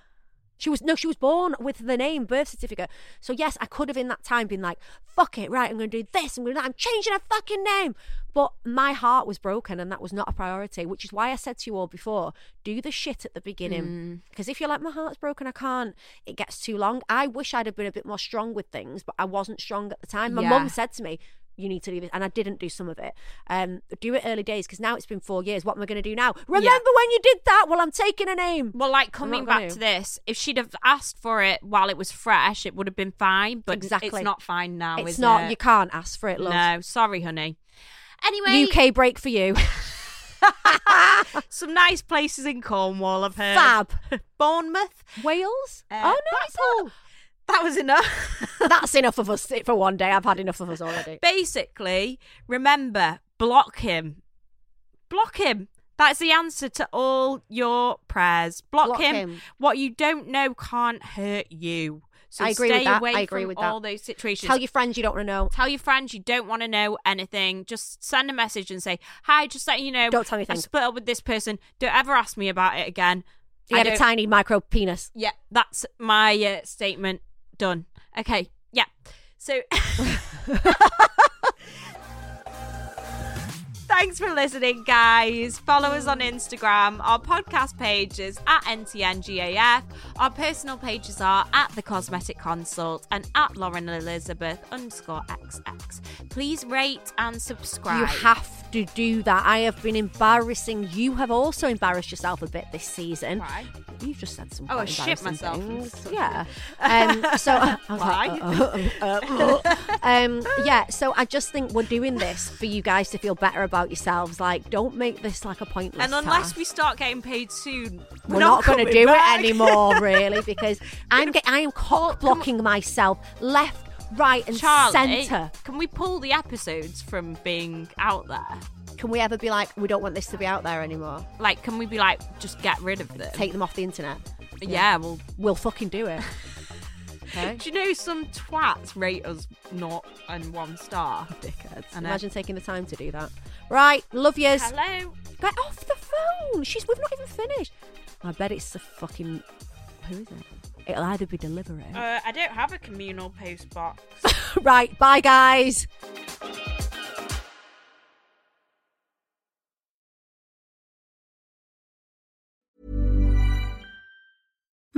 Speaker 2: She was no, she was born with the name, birth certificate. So yes, I could have in that time been like, "Fuck it, right? I'm going to do this. I'm going. to I'm changing her fucking name." But my heart was broken, and that was not a priority. Which is why I said to you all before, do the shit at the beginning.
Speaker 1: Mm.
Speaker 2: Because if you're like, "My heart's broken, I can't," it gets too long. I wish I'd have been a bit more strong with things, but I wasn't strong at the time. My
Speaker 1: Yeah.
Speaker 2: mum said to me, you need to do this. And I didn't do some of it. Um, do it early days because now it's been four years. What am I going to do now? Remember when you did that? Well, I'm taking a name.
Speaker 1: Well, like
Speaker 2: I'm
Speaker 1: coming
Speaker 2: not
Speaker 1: back
Speaker 2: gonna.
Speaker 1: to this, if she'd have asked for it while it was fresh, it would have been fine. But
Speaker 2: Exactly.
Speaker 1: it's not fine now.
Speaker 2: it's
Speaker 1: is
Speaker 2: not.
Speaker 1: It?
Speaker 2: You can't ask for it, love.
Speaker 1: No, sorry, honey. Anyway,
Speaker 2: UK break
Speaker 1: <laughs>
Speaker 2: for you.
Speaker 1: some nice places in Cornwall. I've heard.
Speaker 2: Fab.
Speaker 1: Bournemouth.
Speaker 2: Wales?
Speaker 1: Uh,
Speaker 2: oh
Speaker 1: that's
Speaker 2: no,
Speaker 1: all. That was enough. <laughs>
Speaker 2: Blackpool. <laughs> That's enough of us for one day. I've had enough of us already.
Speaker 1: Basically, remember, block him. Block him. That's the answer to all your prayers. Block,
Speaker 2: Block him.
Speaker 1: What you don't know can't hurt you. So
Speaker 2: I agree
Speaker 1: stay
Speaker 2: with that.
Speaker 1: away
Speaker 2: I agree
Speaker 1: from
Speaker 2: with that.
Speaker 1: all those situations.
Speaker 2: Tell your friends you don't want to know.
Speaker 1: Tell your friends you don't want to know anything. Just send a message and say, "Hi, just let you know,
Speaker 2: Don't tell me
Speaker 1: I
Speaker 2: things."
Speaker 1: split up with this person. Don't ever ask me about it again."
Speaker 2: He
Speaker 1: I
Speaker 2: had a
Speaker 1: don't-
Speaker 2: tiny micro penis.
Speaker 1: Yeah, that's my uh, statement. Done. Okay. Yeah. So. <laughs> Thanks for listening, guys. Follow us on Instagram. Our podcast page is at NTNGAF. Our personal pages are at The Cosmetic Consult and at Lauren Elizabeth underscore XX. Please rate and subscribe.
Speaker 2: You have to do that. I have been embarrassing. You have also embarrassed yourself a bit this season.
Speaker 1: Why?
Speaker 2: You've just said some.
Speaker 1: Oh, I
Speaker 2: quite
Speaker 1: shit
Speaker 2: embarrassing
Speaker 1: myself.
Speaker 2: things. Yeah. <laughs> Um, so
Speaker 1: <laughs>
Speaker 2: I was like,
Speaker 1: Why?
Speaker 2: uh, uh, uh, uh, um, yeah. So I just think we're doing this for you guys to feel better about yourselves. Like, don't make this like a pointless.
Speaker 1: And unless
Speaker 2: task.
Speaker 1: we start getting paid soon,
Speaker 2: we're, not, going to
Speaker 1: coming
Speaker 2: do
Speaker 1: back. <laughs>
Speaker 2: it anymore, really, because I'm get, I am cock blocking myself left, right, and
Speaker 1: Charlie,
Speaker 2: centre.
Speaker 1: can we pull the episodes from being out there?
Speaker 2: Can we ever be like, we don't want this to be out there anymore?
Speaker 1: Like, can we be like, just get rid of them?
Speaker 2: Take them off the internet.
Speaker 1: yeah. well,
Speaker 2: We'll fucking
Speaker 1: <laughs>
Speaker 2: do it. Okay.
Speaker 1: do you know some twats rate us not and one star?
Speaker 2: Dickheads.
Speaker 1: I know.
Speaker 2: Imagine taking the time to do that. Right, love yous.
Speaker 1: Hello.
Speaker 2: Get off the phone. She's. We've not even finished. I bet it's the fucking. Who is it? It'll either be Deliveroo.
Speaker 1: Uh, I don't have a communal post box.
Speaker 2: <laughs> right. Bye, guys.